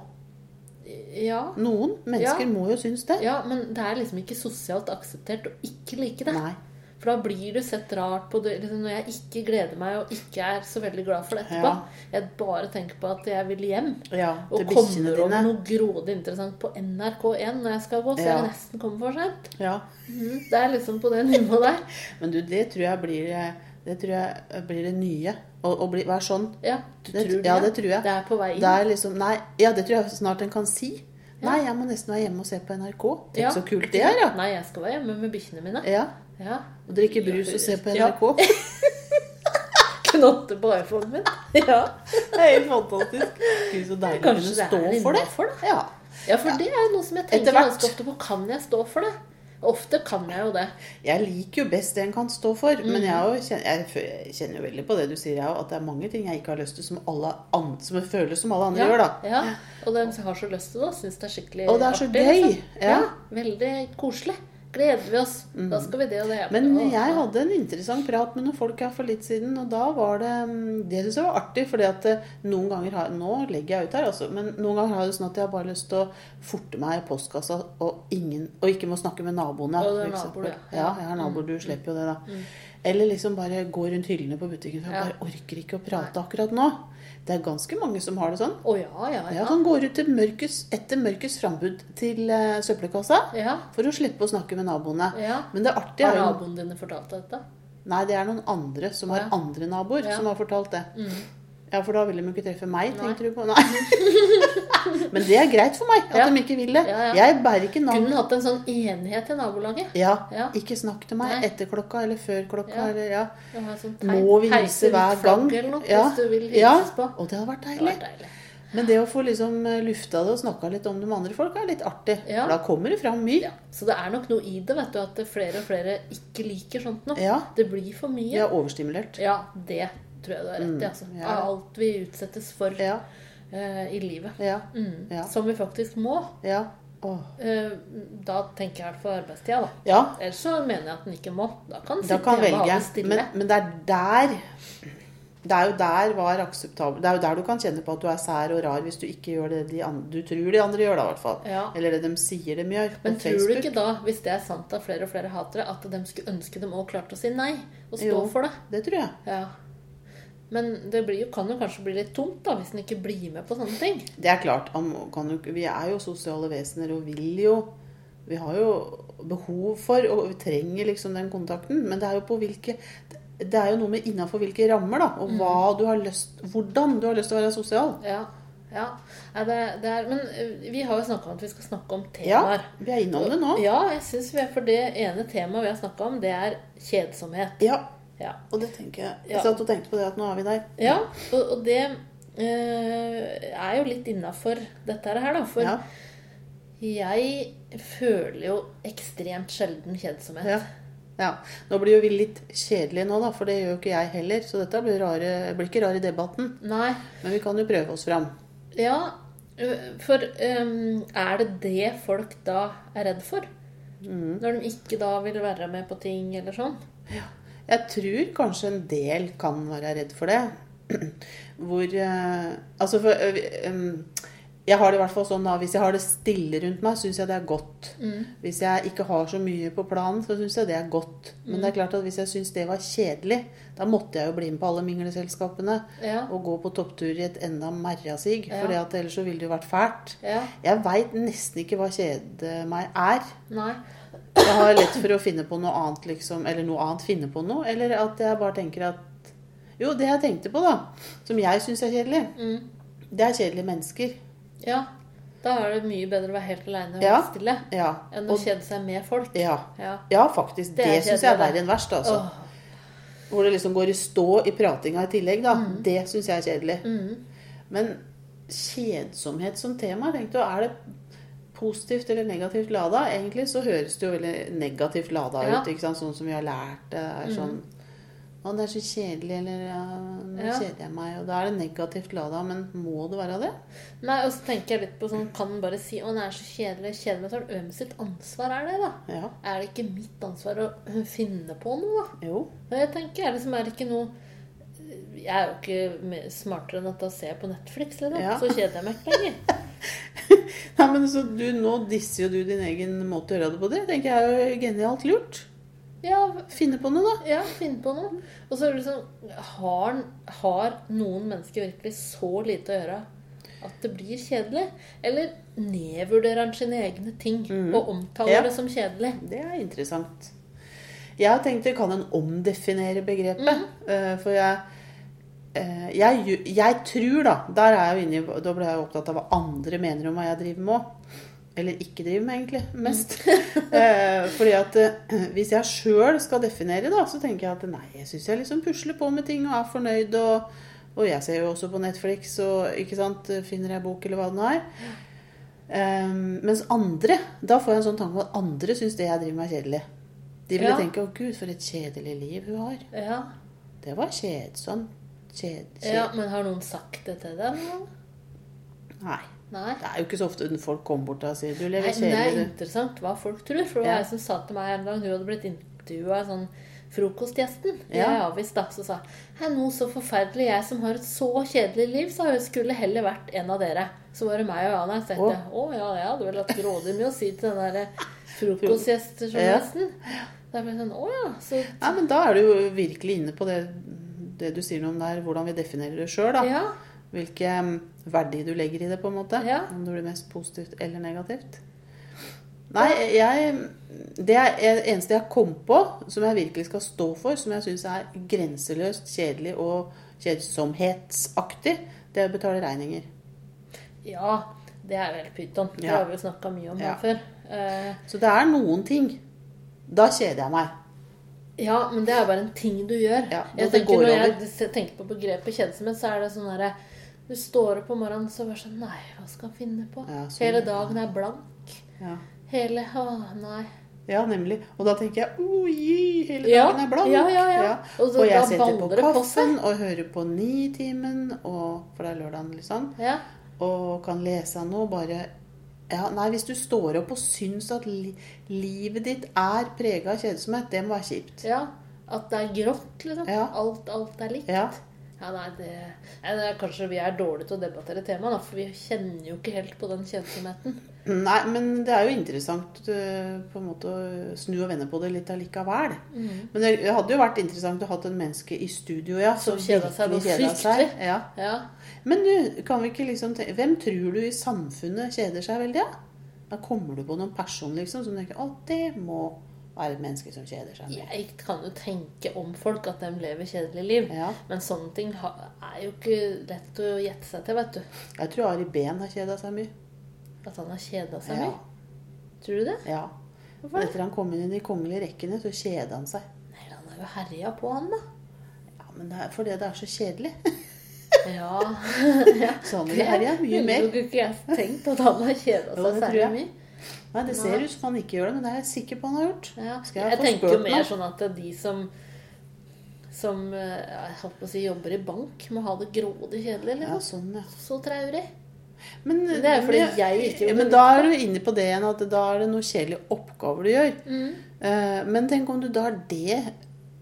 Speaker 1: Ja.
Speaker 2: Noen mennesker
Speaker 1: Ja.
Speaker 2: må jo synes det.
Speaker 1: ja, men det er liksom ikke sosialt akseptert å ikke like det.
Speaker 2: Nei.
Speaker 1: For da blir du sett rart på det, liksom, når jeg ikke gleder meg og ikke er så veldig glad for det etterpå.
Speaker 2: Ja.
Speaker 1: Jeg bare tenker på at jeg vil hjem.
Speaker 2: Ja,
Speaker 1: Og
Speaker 2: til bikkjene
Speaker 1: kommer over
Speaker 2: dine.
Speaker 1: noe grådig interessant på NRK1 når jeg skal gå, så
Speaker 2: Ja. Mm.
Speaker 1: jeg nesten kommer for sent.
Speaker 2: Ja.
Speaker 1: Mhm, Det er liksom på det nivået der.
Speaker 2: Men du, det tror jeg blir eh, det, tror jeg eh, blir det nye. Å, å bli, være sånn.
Speaker 1: Ja, du
Speaker 2: Det,
Speaker 1: tror det?
Speaker 2: ja, det tror jeg.
Speaker 1: Det er på vei inn.
Speaker 2: Det er liksom, nei, ja, det tror jeg snart en kan si. Nei, jeg må nesten være hjemme og se på NRK. Tenk
Speaker 1: Ja.
Speaker 2: så kult det er, ja.
Speaker 1: Nei, jeg skal være hjemme med bikkjene mine.
Speaker 2: ja.
Speaker 1: Ja.
Speaker 2: Og drikke brus og se på
Speaker 1: Ja.
Speaker 2: NRK.
Speaker 1: Knotte på iPhonen min. Ja.
Speaker 2: Det er helt fantastisk. Gud, så deilig å
Speaker 1: Kanskje det
Speaker 2: kunne
Speaker 1: er
Speaker 2: stå
Speaker 1: en
Speaker 2: for det.
Speaker 1: innenfor, da.
Speaker 2: Ja.
Speaker 1: Ja, for det er jo noe som jeg tenker
Speaker 2: Etter hvert.
Speaker 1: ganske ofte på. Kan jeg stå for det? Ofte kan jeg jo det.
Speaker 2: Jeg liker jo best det en kan stå for,
Speaker 1: Mm.
Speaker 2: men jeg, er jo kjen- jeg fø- jeg kjenner jo veldig på det du sier, jeg òg, at det er mange ting jeg ikke har lyst til, som, alle an, som jeg føler som alle andre
Speaker 1: Ja,
Speaker 2: gjør, da.
Speaker 1: ja. Og den som har så lyst til det, syns det er skikkelig
Speaker 2: Og det er så
Speaker 1: artig,
Speaker 2: gøy.
Speaker 1: liksom.
Speaker 2: Ja. Mm.
Speaker 1: Veldig koselig. Gleder vi oss. Da skal vi det og det.
Speaker 2: Men
Speaker 1: Og-
Speaker 2: jeg hadde en interessant prat med noen folk her for litt siden, og da var det mm, Det syns jeg var artig, fordi at eh, noen ganger har Nå legger jeg ut her, altså, men noen ganger har jeg det sånn at jeg bare lyst til å forte meg i postkassa og, ingen, og ikke må snakke med naboene.
Speaker 1: Og du er
Speaker 2: for eksempel.
Speaker 1: naboer, ja. Mm,
Speaker 2: ja. jeg har naboer, du slipper jo det, da. Eller liksom bare gå rundt hyllene på butikken, for
Speaker 1: Ja.
Speaker 2: jeg bare orker ikke å prate akkurat nå. Det er ganske mange som har det sånn.
Speaker 1: Å ja, ja,
Speaker 2: Ja,
Speaker 1: ja.
Speaker 2: Som går ut til mørkes, etter mørkets frambud til eh, søppelkassa
Speaker 1: ja.
Speaker 2: for å slippe å snakke med naboene.
Speaker 1: ja.
Speaker 2: Men det artige
Speaker 1: Har
Speaker 2: er jo
Speaker 1: naboen dine fortalt deg dette?
Speaker 2: Nei, det er noen andre som har
Speaker 1: Ja.
Speaker 2: andre naboer
Speaker 1: Ja.
Speaker 2: som har fortalt det.
Speaker 1: Mhm.
Speaker 2: Ja, for da vil de jo ikke treffe meg,
Speaker 1: Nei.
Speaker 2: tenkte du på. Nei. [LAUGHS] Men det er greit for meg at
Speaker 1: Ja.
Speaker 2: de ikke vil det.
Speaker 1: Ja, ja.
Speaker 2: Jeg bærer ikke navn.
Speaker 1: Kunne hatt en sånn enighet i nabolaget.
Speaker 2: Ja.
Speaker 1: Ja.
Speaker 2: Ikke snakk til meg
Speaker 1: Nei.
Speaker 2: etter klokka eller før klokka.
Speaker 1: Ja.
Speaker 2: Eller, ja.
Speaker 1: Det var sånn tegn.
Speaker 2: Må vi
Speaker 1: Heise
Speaker 2: hilse
Speaker 1: litt
Speaker 2: hver gang?
Speaker 1: flagg Eller noe,
Speaker 2: Ja.
Speaker 1: Hvis du vil hilses
Speaker 2: ja.
Speaker 1: på.
Speaker 2: Og det hadde vært
Speaker 1: Det
Speaker 2: deilig.
Speaker 1: var deilig.
Speaker 2: Men det å få liksom lufta det og snakka litt om de andre folka, er litt artig.
Speaker 1: Ja.
Speaker 2: For da kommer det fram mye.
Speaker 1: Ja. Så det er nok noe i det, vet du, at flere og flere ikke liker sånt noe.
Speaker 2: Ja.
Speaker 1: Det blir for mye.
Speaker 2: Vi er overstimulert.
Speaker 1: Ja, det tror jeg du har rett i. Altså.
Speaker 2: Mm, ja.
Speaker 1: Av Alt vi utsettes for
Speaker 2: Ja.
Speaker 1: eh, i livet.
Speaker 2: Ja.
Speaker 1: Mm.
Speaker 2: Ja.
Speaker 1: Som vi faktisk må.
Speaker 2: Ja. Åh.
Speaker 1: Eh, da tenker jeg i hvert fall arbeidstida, da.
Speaker 2: ja.
Speaker 1: Ellers så mener jeg at den ikke må. Da kan den
Speaker 2: Da
Speaker 1: sitte
Speaker 2: kan
Speaker 1: hjemme og ha
Speaker 2: velge.
Speaker 1: det stille.
Speaker 2: Men, men det er der Det er jo der var akseptabel Det er jo der du kan kjenne på at du er sær og rar hvis du ikke gjør det de andre, du tror de andre gjør, da, i hvert fall.
Speaker 1: ja.
Speaker 2: Eller det de sier de gjør. på
Speaker 1: Men tror du
Speaker 2: Facebook.
Speaker 1: ikke da, hvis det er sant at flere og flere hater det, at de skulle ønske de òg klarte å si nei? Og stå
Speaker 2: Jo.
Speaker 1: for det?
Speaker 2: Det tror jeg.
Speaker 1: Ja. Men det blir jo, kan jo kanskje bli litt tomt da, hvis en ikke blir med på sånne ting.
Speaker 2: Det er klart. han Kan jo, ikke- vi er jo sosiale vesener og vil jo Vi har jo behov for og vi trenger liksom den kontakten, men det er jo på hvilke det er jo noe med innafor hvilke rammer, da.
Speaker 1: Mm.
Speaker 2: Og hva du har lyst, hvordan du har lyst til å være sosial.
Speaker 1: Ja. ja. Nei, det, det er, men eh, vi har jo snakka om at vi skal snakke om
Speaker 2: Ja,
Speaker 1: temaer.
Speaker 2: vi er innom det nå.
Speaker 1: Ja, jeg synes vi er for det ene temaet vi har snakka om, det er kjedsomhet.
Speaker 2: Ja,
Speaker 1: Ja.
Speaker 2: Og det tenker jeg.
Speaker 1: Ja.
Speaker 2: Jeg satt og tenkte på det at nå er vi der.
Speaker 1: ja og, og det eh, er jo litt innafor dette her, da. For
Speaker 2: Ja.
Speaker 1: jeg føler jo ekstremt sjelden kjedsomhet.
Speaker 2: Ja. ja. Nå blir jo vi litt kjedelige nå, da, for det gjør jo ikke jeg heller. Så dette blir, rare, blir ikke rar i debatten.
Speaker 1: Nei.
Speaker 2: Men vi kan jo prøve oss fram.
Speaker 1: Ja, øh, for øhm, er det det folk da er redd for?
Speaker 2: Mm.
Speaker 1: Når de ikke da vil være med på ting eller sånn?
Speaker 2: Jeg tror kanskje en del kan være redd for det. [CLEARS THROAT] Hvor eh, Altså, for eh, vi- em, Jeg har det i hvert fall sånn, da. Hvis jeg har det stille rundt meg, syns jeg det er godt. Hvis jeg ikke har så mye på planen, så syns jeg det er godt. Men det
Speaker 1: Mm.
Speaker 2: er klart at hvis jeg syns det var kjedelig, da måtte jeg jo bli med på alle mingleselskapene.
Speaker 1: Ja.
Speaker 2: Å gå på topptur i et enda merrasig,
Speaker 1: Ja.
Speaker 2: for ellers så ville det jo vært fælt.
Speaker 1: Ja.
Speaker 2: Jeg veit nesten ikke hva kjede meg er.
Speaker 1: Nei.
Speaker 2: Jeg har lett for å finne på noe annet, liksom. Eller noe annet finne på noe. Eller at jeg bare tenker at Jo, det jeg tenkte på, da, som jeg syns er kjedelig,
Speaker 1: Mm.
Speaker 2: det er kjedelige mennesker.
Speaker 1: Ja. Da er det mye bedre å være helt aleine og
Speaker 2: Ja.
Speaker 1: være stille
Speaker 2: Ja.
Speaker 1: enn å
Speaker 2: Og,
Speaker 1: kjede seg med folk.
Speaker 2: ja.
Speaker 1: Ja.
Speaker 2: ja faktisk.
Speaker 1: Det
Speaker 2: Det,
Speaker 1: er
Speaker 2: syns jeg er
Speaker 1: kjedelig,
Speaker 2: verre enn verst, altså.
Speaker 1: Åh.
Speaker 2: Hvor det liksom går i stå i pratinga i tillegg, da. Det syns jeg er kjedelig.
Speaker 1: Mm.
Speaker 2: Men kjedsomhet som tema, tenkte du, er det positivt eller negativt lada? Egentlig så høres det jo veldig negativt lada
Speaker 1: Ja. Mm.
Speaker 2: ut, ikke sant? sånn som vi har lært det. er sånn, å, det er så kjedelig, eller ja, nå
Speaker 1: Ja.
Speaker 2: kjeder jeg meg. Og da er det negativt lada, men må det være det?
Speaker 1: Nei, og så tenker jeg litt på sånn Kan en bare si 'Å, det er så kjedelig', kjedelig med seg selv. Hvem sitt ansvar er det, da?
Speaker 2: Ja.
Speaker 1: Er det ikke mitt ansvar å øh, finne på noe, da?
Speaker 2: Jo. [LAUGHS]
Speaker 1: Men jeg tenker, er det som er ikke noe Jeg er jo ikke mer- smartere enn at da ser jeg på Netflix, liksom.
Speaker 2: Ja.
Speaker 1: Så kjeder jeg meg ikke lenger.
Speaker 2: Nei, men så du, Nå disser jo du din egen måte å gjøre det på. Det tenker jeg er jo genialt lurt.
Speaker 1: Ja,
Speaker 2: Finne på noe, da.
Speaker 1: ja finne på noe. Og så er det liksom har, har noen mennesker virkelig så lite å gjøre at det blir kjedelig? Eller nedvurderer han sine egne ting og omtaler
Speaker 2: Mm. Ja.
Speaker 1: det som kjedelig?
Speaker 2: Det er interessant. Jeg har tenkt kan en omdefinere begrepet. Eh, For jeg, eh, jeg, ju- jeg tror, da der er jeg jo inne, i- Da ble jeg jo opptatt av hva andre mener om hva jeg driver med òg. Eller ikke driver med, egentlig. Mest. Eh, Fordi at eh, hvis jeg sjøl skal definere, da, så tenker jeg at nei, jeg syns jeg liksom pusler på med ting og er fornøyd. Og, og jeg ser jo også på Netflix og ikke sant, finner jeg bok eller hva det nå er. Ehm, mens andre, da får jeg en sånn tanke om at andre syns det jeg driver med er kjedelig. De vil
Speaker 1: Ja.
Speaker 2: tenke 'Å gud, for et kjedelig liv hun har'.
Speaker 1: Ja.
Speaker 2: Det var kjedsomt. Kjed, kjed.
Speaker 1: ja, Men har noen sagt det til deg? nå?
Speaker 2: Nei.
Speaker 1: Nei.
Speaker 2: Det er jo ikke så ofte folk kommer bort og sier 'du lever
Speaker 1: Nei, men det er
Speaker 2: kjedelig', du.
Speaker 1: interessant hva folk tror. For det
Speaker 2: Ja.
Speaker 1: var jeg som sa til meg en gang hun hadde blitt intervjua sånn frokostgjesten
Speaker 2: Ja.
Speaker 1: jeg avvist da, så sa Hei, noe så forferdelig. Jeg som har et så kjedelig liv, så jeg skulle heller vært en av dere. Så var det meg og Jana. Jeg tenkte
Speaker 2: Å.
Speaker 1: å ja, jeg hadde vel hatt grådig mye å si til den
Speaker 2: [LAUGHS]
Speaker 1: der frokostgjestjournalisten. Da ble jeg sånn å ja. Så
Speaker 2: Nei, men da er du jo virkelig inne på det, det du sier noe om der, hvordan vi definerer det sjøl, da.
Speaker 1: ja.
Speaker 2: Hvilke mm, verdi du legger i det, på en måte.
Speaker 1: Ja.
Speaker 2: Om det blir mest positivt eller negativt. Nei, jeg, det er det eneste jeg kom på som jeg virkelig skal stå for, som jeg syns er grenseløst kjedelig og kjedsomhetsaktig, det er å betale regninger.
Speaker 1: ja. Det er vel pyton. Det
Speaker 2: Ja.
Speaker 1: har vi jo snakka mye om
Speaker 2: Ja.
Speaker 1: her før. Eh,
Speaker 2: Så det er noen ting. Da kjeder jeg meg.
Speaker 1: Ja, men det er bare en ting du gjør.
Speaker 2: Ja,
Speaker 1: jeg
Speaker 2: og
Speaker 1: tenker,
Speaker 2: det går
Speaker 1: når jeg se- tenker på begrepet kjedsomhet, så er det sånn derre Du står opp om morgenen så bare sånn Nei, hva skal jeg finne på?
Speaker 2: Ja, sånn,
Speaker 1: Hele
Speaker 2: ja.
Speaker 1: dagen er blank.
Speaker 2: Ja,
Speaker 1: Hele Å, nei.
Speaker 2: ja nemlig. Og da tenker jeg oh, jee, hele
Speaker 1: Ja,
Speaker 2: dagen er blank.
Speaker 1: ja, ja, ja. Og så-
Speaker 2: og jeg
Speaker 1: da
Speaker 2: setter på
Speaker 1: baller det på
Speaker 2: kaffen og hører på Nitimen, og- for det er lørdagen, liksom.
Speaker 1: Ja.
Speaker 2: og kan lese av noe, bare ja, Nei, hvis du står opp og syns at li livet ditt er prega av kjedsomhet, det må være kjipt.
Speaker 1: ja. At det er grått, liksom.
Speaker 2: Ja.
Speaker 1: Alt, alt er likt.
Speaker 2: Ja.
Speaker 1: Ja, nei, det, nei, det er Kanskje vi er dårlige til å debattere temaet, da, for vi kjenner jo ikke helt på den kjedsomheten.
Speaker 2: Nei, men det er jo interessant øh, på en måte å snu og vende på det litt allikevel.
Speaker 1: Mm.
Speaker 2: Men det det hadde jo vært interessant å ha en menneske i studio, ja.
Speaker 1: Som kjeda seg noe
Speaker 2: virkelig kjeda seg.
Speaker 1: fryktelig.
Speaker 2: Ja.
Speaker 1: Ja.
Speaker 2: Men du, kan vi ikke liksom tenke, hvem tror du i samfunnet kjeder seg veldig av? Da kommer du på noen person liksom, som tenker at det må være et menneske som kjeder seg. mer».
Speaker 1: Jeg kan jo tenke om folk at de lever kjedelige liv.
Speaker 2: Ja.
Speaker 1: Men sånne ting ha- er jo ikke lett å gjette seg til, vet du.
Speaker 2: Jeg tror Ari Behn har kjeda seg mye.
Speaker 1: At han har kjeda seg
Speaker 2: Ja.
Speaker 1: mye. Tror du det?
Speaker 2: ja.
Speaker 1: Hvorfor
Speaker 2: Men
Speaker 1: det?
Speaker 2: etter han kom inn i de kongelige rekkene, så kjeda han seg.
Speaker 1: Nei, han har jo herja på
Speaker 2: [LAUGHS]
Speaker 1: han, da.
Speaker 2: Ja, men det er fordi det er så kjedelig. Sånn,
Speaker 1: Ja.
Speaker 2: Så han ville herja mye mer.
Speaker 1: Jeg kunne ikke jeg tenkt at han har kjeda
Speaker 2: Jo,
Speaker 1: seg
Speaker 2: det tror
Speaker 1: særlig
Speaker 2: jeg.
Speaker 1: mye.
Speaker 2: Nei, det ser ut som han ikke gjør det, men det er jeg sikker på han har gjort.
Speaker 1: Ja.
Speaker 2: Skal jeg
Speaker 1: Jeg
Speaker 2: få
Speaker 1: tenker
Speaker 2: spurt
Speaker 1: jo
Speaker 2: noe?
Speaker 1: mer sånn at de som som eh, jeg holdt på å si jobber i bank, må ha det grådig kjedelig.
Speaker 2: Ja,
Speaker 1: Liksom.
Speaker 2: sånn, ja.
Speaker 1: Så traurig.
Speaker 2: Men,
Speaker 1: det er jo fordi
Speaker 2: men-
Speaker 1: jeg ikke gjorde
Speaker 2: Men
Speaker 1: det.
Speaker 2: da er du inne på det igjen, at da er det noen kjedelige oppgaver du gjør. Eh, Men tenk om du da har det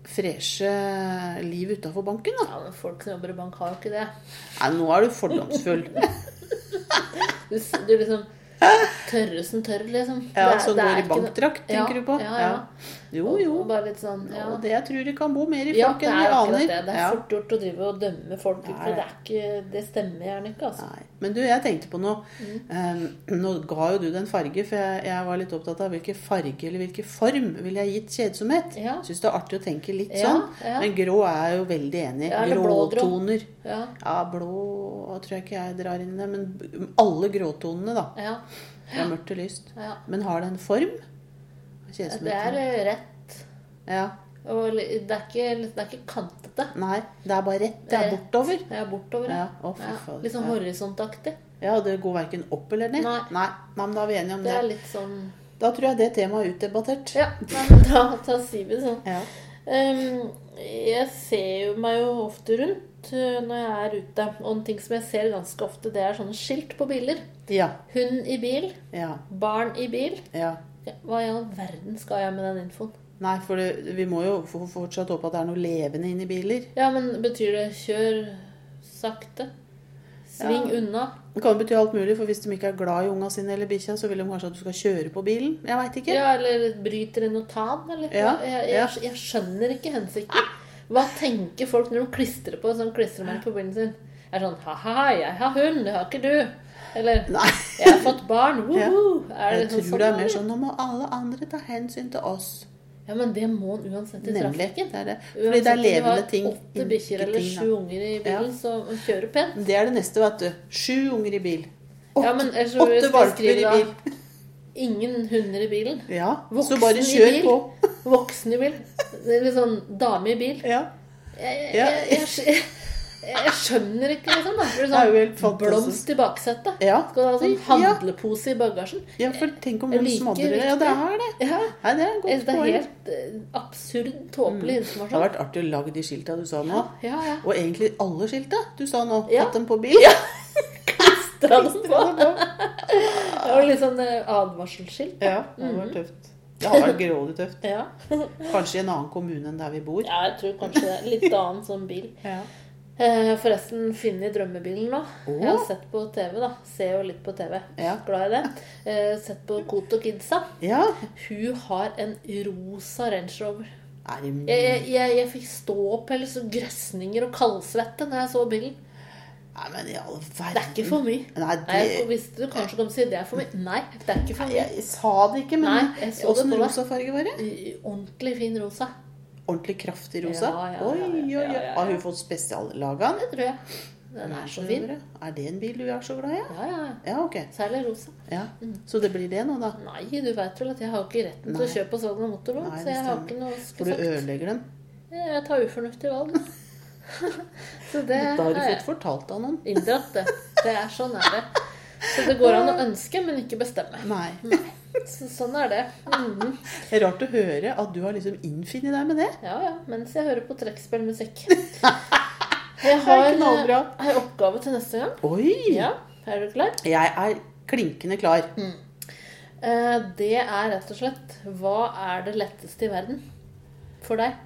Speaker 2: freshe liv utafor banken, da.
Speaker 1: Ja, men folk som jobber i bank, har jo ikke det.
Speaker 2: Nei, nå er du [LAUGHS] fordomsfull.
Speaker 1: Du, s- du
Speaker 2: [LAUGHS]
Speaker 1: liksom Tørresen tørr, liksom.
Speaker 2: Ja,
Speaker 1: Det er-
Speaker 2: Som
Speaker 1: det
Speaker 2: går
Speaker 1: er
Speaker 2: i
Speaker 1: ikke noe-
Speaker 2: bankdrakt,
Speaker 1: Ja,
Speaker 2: tenker du på?
Speaker 1: Ja, ja.
Speaker 2: Jo, jo.
Speaker 1: Og Bare litt sånn, ja.
Speaker 2: Og det jeg tror det kan bo mer i
Speaker 1: Ja,
Speaker 2: folk
Speaker 1: det
Speaker 2: enn
Speaker 1: er
Speaker 2: vi
Speaker 1: akkurat
Speaker 2: aner.
Speaker 1: det. Det er
Speaker 2: Ja.
Speaker 1: fort gjort å drive og dømme folk ut
Speaker 2: Det er
Speaker 1: fra det.
Speaker 2: det.
Speaker 1: Er ikke, det stemmer gjerne ikke, altså.
Speaker 2: Nei. Men du, jeg tenkte på noe.
Speaker 1: Mm.
Speaker 2: Eh, nå ga jo du den farge, for jeg, jeg var litt opptatt av hvilken farge eller hvilken form ville jeg gitt kjedsomhet.
Speaker 1: Ja.
Speaker 2: Syns det er artig å tenke litt
Speaker 1: Ja,
Speaker 2: sånn.
Speaker 1: ja.
Speaker 2: Men grå er jeg jo veldig enig i.
Speaker 1: Ja, eller blågrå.
Speaker 2: Gråtoner.
Speaker 1: Ja,
Speaker 2: Ja, blå tror jeg ikke jeg drar inn i det, men b- alle gråtonene, da.
Speaker 1: ja,
Speaker 2: Fra mørkt til lyst.
Speaker 1: ja.
Speaker 2: Men har det en form?
Speaker 1: Det er
Speaker 2: Kjedsomhet?
Speaker 1: eh, rett.
Speaker 2: Ja.
Speaker 1: Og li- det er ikke, det er ikke kantete.
Speaker 2: Nei, det er bare rett. Det er
Speaker 1: Rett.
Speaker 2: bortover.
Speaker 1: Det er bortover.
Speaker 2: Ja, å, fy fader.
Speaker 1: Litt sånn
Speaker 2: Ja.
Speaker 1: horisontaktig.
Speaker 2: Ja, og det går verken opp eller ned.
Speaker 1: Nei.
Speaker 2: Nei, Nei, men da er vi enige om
Speaker 1: Det
Speaker 2: det.
Speaker 1: er litt sånn
Speaker 2: Da tror jeg det temaet er utdebattert.
Speaker 1: Ja, nei, men da, da sier vi det sånn.
Speaker 2: Ja.
Speaker 1: Ehm, jeg ser jo meg jo ofte rundt eh, når jeg er ute. Og en ting som jeg ser ganske ofte, det er sånne skilt på biler.
Speaker 2: Ja.
Speaker 1: Hund i bil,
Speaker 2: Ja.
Speaker 1: barn i bil.
Speaker 2: ja.
Speaker 1: Ja, Hva i all verden skal jeg med den infoen?
Speaker 2: Nei, for det, vi må jo f- fortsatt håpe at det er noe levende inni biler.
Speaker 1: Ja, men betyr det kjør sakte? Sving unna.
Speaker 2: Det kan jo bety alt mulig, for hvis de ikke er glad i unga sine eller bikkja, så vil de kanskje at du skal kjøre på bilen. Jeg veit ikke.
Speaker 1: Ja, eller bryter en notat. Eller,
Speaker 2: Ja,
Speaker 1: noe. jeg,
Speaker 2: ja.
Speaker 1: jeg, jeg skjønner ikke hensikten. Hva tenker folk når de klistrer på en sånn klistremerke på bilen sin? Jeg er sånn Ha-ha, jeg har hund, det har ikke du. Eller
Speaker 2: Nei.
Speaker 1: jeg har fått
Speaker 2: [LAUGHS]
Speaker 1: barn. Woho! Er
Speaker 2: Jeg
Speaker 1: det sånn,
Speaker 2: tror det er mer
Speaker 1: eller?
Speaker 2: sånn nå må alle andre ta hensyn til oss.
Speaker 1: Ja, men det må han uansett i
Speaker 2: Nemlig.
Speaker 1: trafikken.
Speaker 2: Det er det.
Speaker 1: Uansett
Speaker 2: Fordi
Speaker 1: om du
Speaker 2: det er
Speaker 1: har
Speaker 2: levende ting.
Speaker 1: Åtte bikkjer eller
Speaker 2: Ikke ting, da.
Speaker 1: sju unger i bilen, så må du kjøre pent.
Speaker 2: Det er det neste, vet du. Sju unger i bil. Åtte,
Speaker 1: Ja, men ellers så vi
Speaker 2: åtte
Speaker 1: skal
Speaker 2: valper
Speaker 1: skrive
Speaker 2: i
Speaker 1: da-
Speaker 2: bil.
Speaker 1: Ingen hunder i bilen.
Speaker 2: Ja,
Speaker 1: Voksen
Speaker 2: så bare
Speaker 1: i
Speaker 2: kjør
Speaker 1: bil.
Speaker 2: på.
Speaker 1: Voksen i bil. Det er Litt sånn dame i bil.
Speaker 2: Ja.
Speaker 1: Jeg,
Speaker 2: Ja.
Speaker 1: jeg, jeg, jeg, jeg skjønner ikke, liksom. Da. For det er
Speaker 2: Det er jo
Speaker 1: sånn,
Speaker 2: helt fantastisk.
Speaker 1: blomst i baksetet.
Speaker 2: ja.
Speaker 1: Skal du ha sånn handlepose i bagasjen?
Speaker 2: ja, for tenk om
Speaker 1: Jeg
Speaker 2: noen
Speaker 1: liker
Speaker 2: smadrer
Speaker 1: riktig.
Speaker 2: Ja, det er det.
Speaker 1: Ja,
Speaker 2: Nei, det er et
Speaker 1: Det
Speaker 2: godt
Speaker 1: er
Speaker 2: poeng.
Speaker 1: helt eh, absurd, tåpelig
Speaker 2: Det har
Speaker 1: informasjon.
Speaker 2: vært artig å lage de skilta du sa nå.
Speaker 1: Ja, ja.
Speaker 2: Og egentlig alle skilta du sa nå.
Speaker 1: Ja.
Speaker 2: Hatt dem på bil. [LAUGHS] Ja.
Speaker 1: Dra dem på. Det var litt sånn eh, advarselsskilt.
Speaker 2: det
Speaker 1: Mhm.
Speaker 2: var tøft. Det har vært grådig tøft.
Speaker 1: Ja.
Speaker 2: Kanskje i en annen kommune enn der vi bor.
Speaker 1: Ja, jeg tror kanskje det. er Litt annen sånn bil.
Speaker 2: Ja.
Speaker 1: Eh, Forresten, Finne i drømmebilen nå.
Speaker 2: Åh.
Speaker 1: Jeg har sett på TV, da. Ser jo litt på TV.
Speaker 2: Ja.
Speaker 1: Glad i det. Eh, Sett på Koto Kidsa.
Speaker 2: ja.
Speaker 1: Hun har en rosa Range Rover.
Speaker 2: Er det mye
Speaker 1: Jeg, jeg, jeg, jeg fikk ståpels og grøsninger og kaldsvette når jeg så bilen.
Speaker 2: Nei, men i all verden.
Speaker 1: Det er ikke for mye.
Speaker 2: Nei, det...
Speaker 1: Nei, jeg visste du kanskje kom til å si det er for mye. Nei, det er ikke for mye.
Speaker 2: Jeg sa det ikke, men
Speaker 1: Nei, jeg så det
Speaker 2: åssen
Speaker 1: på deg.
Speaker 2: rosa farge var det?
Speaker 1: Ordentlig fin rosa.
Speaker 2: Ordentlig kraftig rosa?
Speaker 1: Ja, ja, ja,
Speaker 2: oi,
Speaker 1: ja,
Speaker 2: oi,
Speaker 1: ja,
Speaker 2: oi.
Speaker 1: ja, ja.
Speaker 2: Har hun fått spesiallaga den?
Speaker 1: Det tror jeg. Den er så fin.
Speaker 2: Mm. Er det en bil du er så glad i?
Speaker 1: Ja, ja. ja.
Speaker 2: Ja, ok.
Speaker 1: Særlig rosa.
Speaker 2: Ja.
Speaker 1: Mm.
Speaker 2: Så det blir det nå, da.
Speaker 1: Nei, du veit vel at jeg har ikke retten til å
Speaker 2: Nei.
Speaker 1: kjøpe og salge noen motorlån,
Speaker 2: Nei,
Speaker 1: så
Speaker 2: det
Speaker 1: jeg har
Speaker 2: stemmer.
Speaker 1: ikke noe å
Speaker 2: For du
Speaker 1: skulle sagt.
Speaker 2: ødelegger dem.
Speaker 1: Jeg tar ufornuftige valg. [LAUGHS] så det
Speaker 2: Da har
Speaker 1: har
Speaker 2: du
Speaker 1: jeg
Speaker 2: fått fortalt av noen.
Speaker 1: inndratt, det. Det er sånn er det. Så det går an å ønske, men ikke bestemme.
Speaker 2: Nei.
Speaker 1: Så sånn er det. Mhm.
Speaker 2: Det er rart å høre at du har liksom innfunnet deg med det.
Speaker 1: Ja ja, mens jeg hører på trekkspillmusikk. Jeg
Speaker 2: Det
Speaker 1: har
Speaker 2: er
Speaker 1: eh,
Speaker 2: knallbra. Mm.
Speaker 1: ei oppgave til neste gang.
Speaker 2: Oi!
Speaker 1: Ja, er du klar?
Speaker 2: Jeg er klinkende klar.
Speaker 1: Eh, Det er rett og slett Hva er det letteste i verden for deg?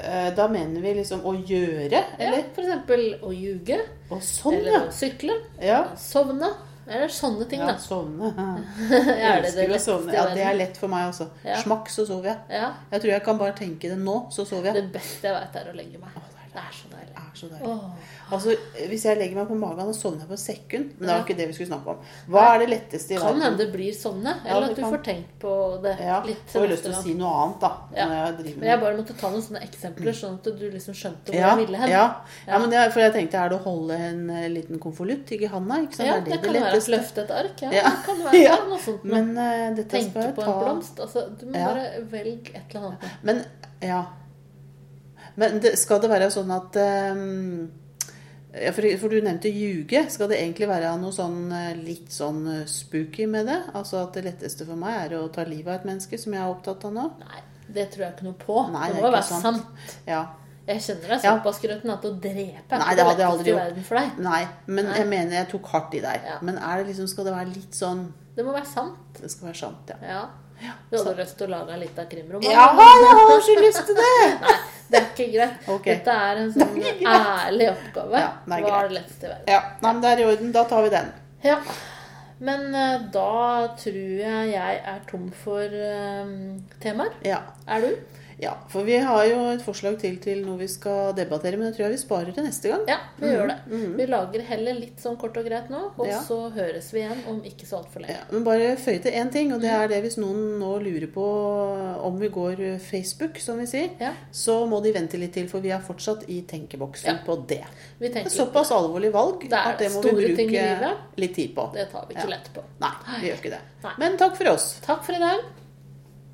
Speaker 2: Eh, Da mener vi liksom å gjøre,
Speaker 1: Eller
Speaker 2: eller?
Speaker 1: f.eks. å ljuge,
Speaker 2: Å, sånn, ja.
Speaker 1: eller å sykle,
Speaker 2: Ja.
Speaker 1: sovne. Eller sånne ting,
Speaker 2: ja
Speaker 1: da.
Speaker 2: sovne.
Speaker 1: Er det det
Speaker 2: Elsker å
Speaker 1: letteste
Speaker 2: sovne.
Speaker 1: i
Speaker 2: Ja, det
Speaker 1: verden?
Speaker 2: er lett for meg, altså.
Speaker 1: Ja.
Speaker 2: Smakk, så sover jeg.
Speaker 1: Ja,
Speaker 2: Jeg tror jeg kan bare tenke det nå, så sover jeg.
Speaker 1: Det beste jeg vet er å legge meg. Det er så deilig.
Speaker 2: Det er så deilig.
Speaker 1: Åh.
Speaker 2: Altså, Hvis jeg legger meg på magen og sovner jeg på et sekund Men det
Speaker 1: Ja.
Speaker 2: var ikke det vi skulle snakke om. Hva er det letteste i
Speaker 1: Kan
Speaker 2: verden?
Speaker 1: hende det blir sovne,
Speaker 2: Ja,
Speaker 1: eller
Speaker 2: det
Speaker 1: at du
Speaker 2: kan.
Speaker 1: får tenkt på det
Speaker 2: Ja,
Speaker 1: litt.
Speaker 2: og jeg har lyst til å
Speaker 1: neste
Speaker 2: si noe annet, da.
Speaker 1: Ja.
Speaker 2: Når jeg driver
Speaker 1: gang.
Speaker 2: med
Speaker 1: Men jeg bare måtte ta noen sånne eksempler, sånn at du liksom skjønte hvor
Speaker 2: ja,
Speaker 1: jeg ville hen.
Speaker 2: ja. ja, men det, er- for jeg tenkte er det å holde en eh, liten konvolutt i handa? Ikke sant?
Speaker 1: Ja,
Speaker 2: Sånn er
Speaker 1: det,
Speaker 2: det
Speaker 1: kan
Speaker 2: det
Speaker 1: være å
Speaker 2: letteste?
Speaker 1: løfte et ark. Ja,
Speaker 2: Ja.
Speaker 1: det kan være
Speaker 2: [LAUGHS] Ja.
Speaker 1: noe sånt. Men
Speaker 2: Men eh, dette
Speaker 1: tenke
Speaker 2: skal jeg
Speaker 1: på en
Speaker 2: ta
Speaker 1: blomst. Altså, du må
Speaker 2: Ja.
Speaker 1: bare velge et eller annet.
Speaker 2: Men ja. Men det, skal det være sånn at ehm, ja, for, for du nevnte ljuge. Skal det egentlig være noe sånn eh, litt sånn eh, spooky med det? Altså at det letteste for meg er å ta livet av et menneske, som jeg er opptatt av nå?
Speaker 1: Nei, det tror jeg ikke noe på.
Speaker 2: Nei,
Speaker 1: det
Speaker 2: det
Speaker 1: må jo
Speaker 2: er ikke
Speaker 1: være
Speaker 2: sant.
Speaker 1: sant.
Speaker 2: Ja.
Speaker 1: Jeg kjenner deg
Speaker 2: Ja.
Speaker 1: såpass, Grøten, at å drepe er
Speaker 2: Nei,
Speaker 1: ikke
Speaker 2: det
Speaker 1: det
Speaker 2: hadde jeg
Speaker 1: letteste
Speaker 2: aldri
Speaker 1: i
Speaker 2: gjort.
Speaker 1: verden for deg.
Speaker 2: Nei, men
Speaker 1: Nei.
Speaker 2: jeg mener jeg tok hardt i der.
Speaker 1: Ja.
Speaker 2: Men er det liksom, skal det være litt sånn
Speaker 1: Det må være sant.
Speaker 2: Det skal være sant, ja.
Speaker 1: Ja. Du hadde lyst til å lage en liten krimroman?
Speaker 2: Ja, jeg har så lyst til det!
Speaker 1: Nei, det er ikke greit.
Speaker 2: [LAUGHS] Ok.
Speaker 1: Dette er en sånn
Speaker 2: Det er ikke greit.
Speaker 1: ærlig oppgave.
Speaker 2: Ja, det er
Speaker 1: Hva er
Speaker 2: greit.
Speaker 1: det letteste i verden?
Speaker 2: Ja, nei, men det er i orden. Da tar vi den.
Speaker 1: Ja. Men eh, da tror jeg jeg er tom for eh, temaer.
Speaker 2: Ja.
Speaker 1: Er du?
Speaker 2: ja. For vi har jo et forslag til til noe vi skal debattere, men det tror jeg vi sparer til neste gang.
Speaker 1: Ja, vi gjør det. Vi lager heller litt sånn kort og greit nå, og
Speaker 2: Mhm, Ja.
Speaker 1: så høres vi igjen om ikke så altfor lenge.
Speaker 2: Ja, men bare føye til én ting, og det er det hvis noen nå lurer på om vi går Facebook, som vi sier,
Speaker 1: Ja.
Speaker 2: så må de vente litt til, for vi er fortsatt i tenkeboksen på det.
Speaker 1: Vi
Speaker 2: Det er
Speaker 1: tenker litt.
Speaker 2: såpass alvorlig valg
Speaker 1: Det er
Speaker 2: at det må vi
Speaker 1: store ting i
Speaker 2: bruke
Speaker 1: livet.
Speaker 2: litt tid på.
Speaker 1: Det tar vi ikke
Speaker 2: Ja.
Speaker 1: lett på.
Speaker 2: Nei, vi gjør ikke det.
Speaker 1: Nei.
Speaker 2: Men takk for oss.
Speaker 1: Takk for i dag.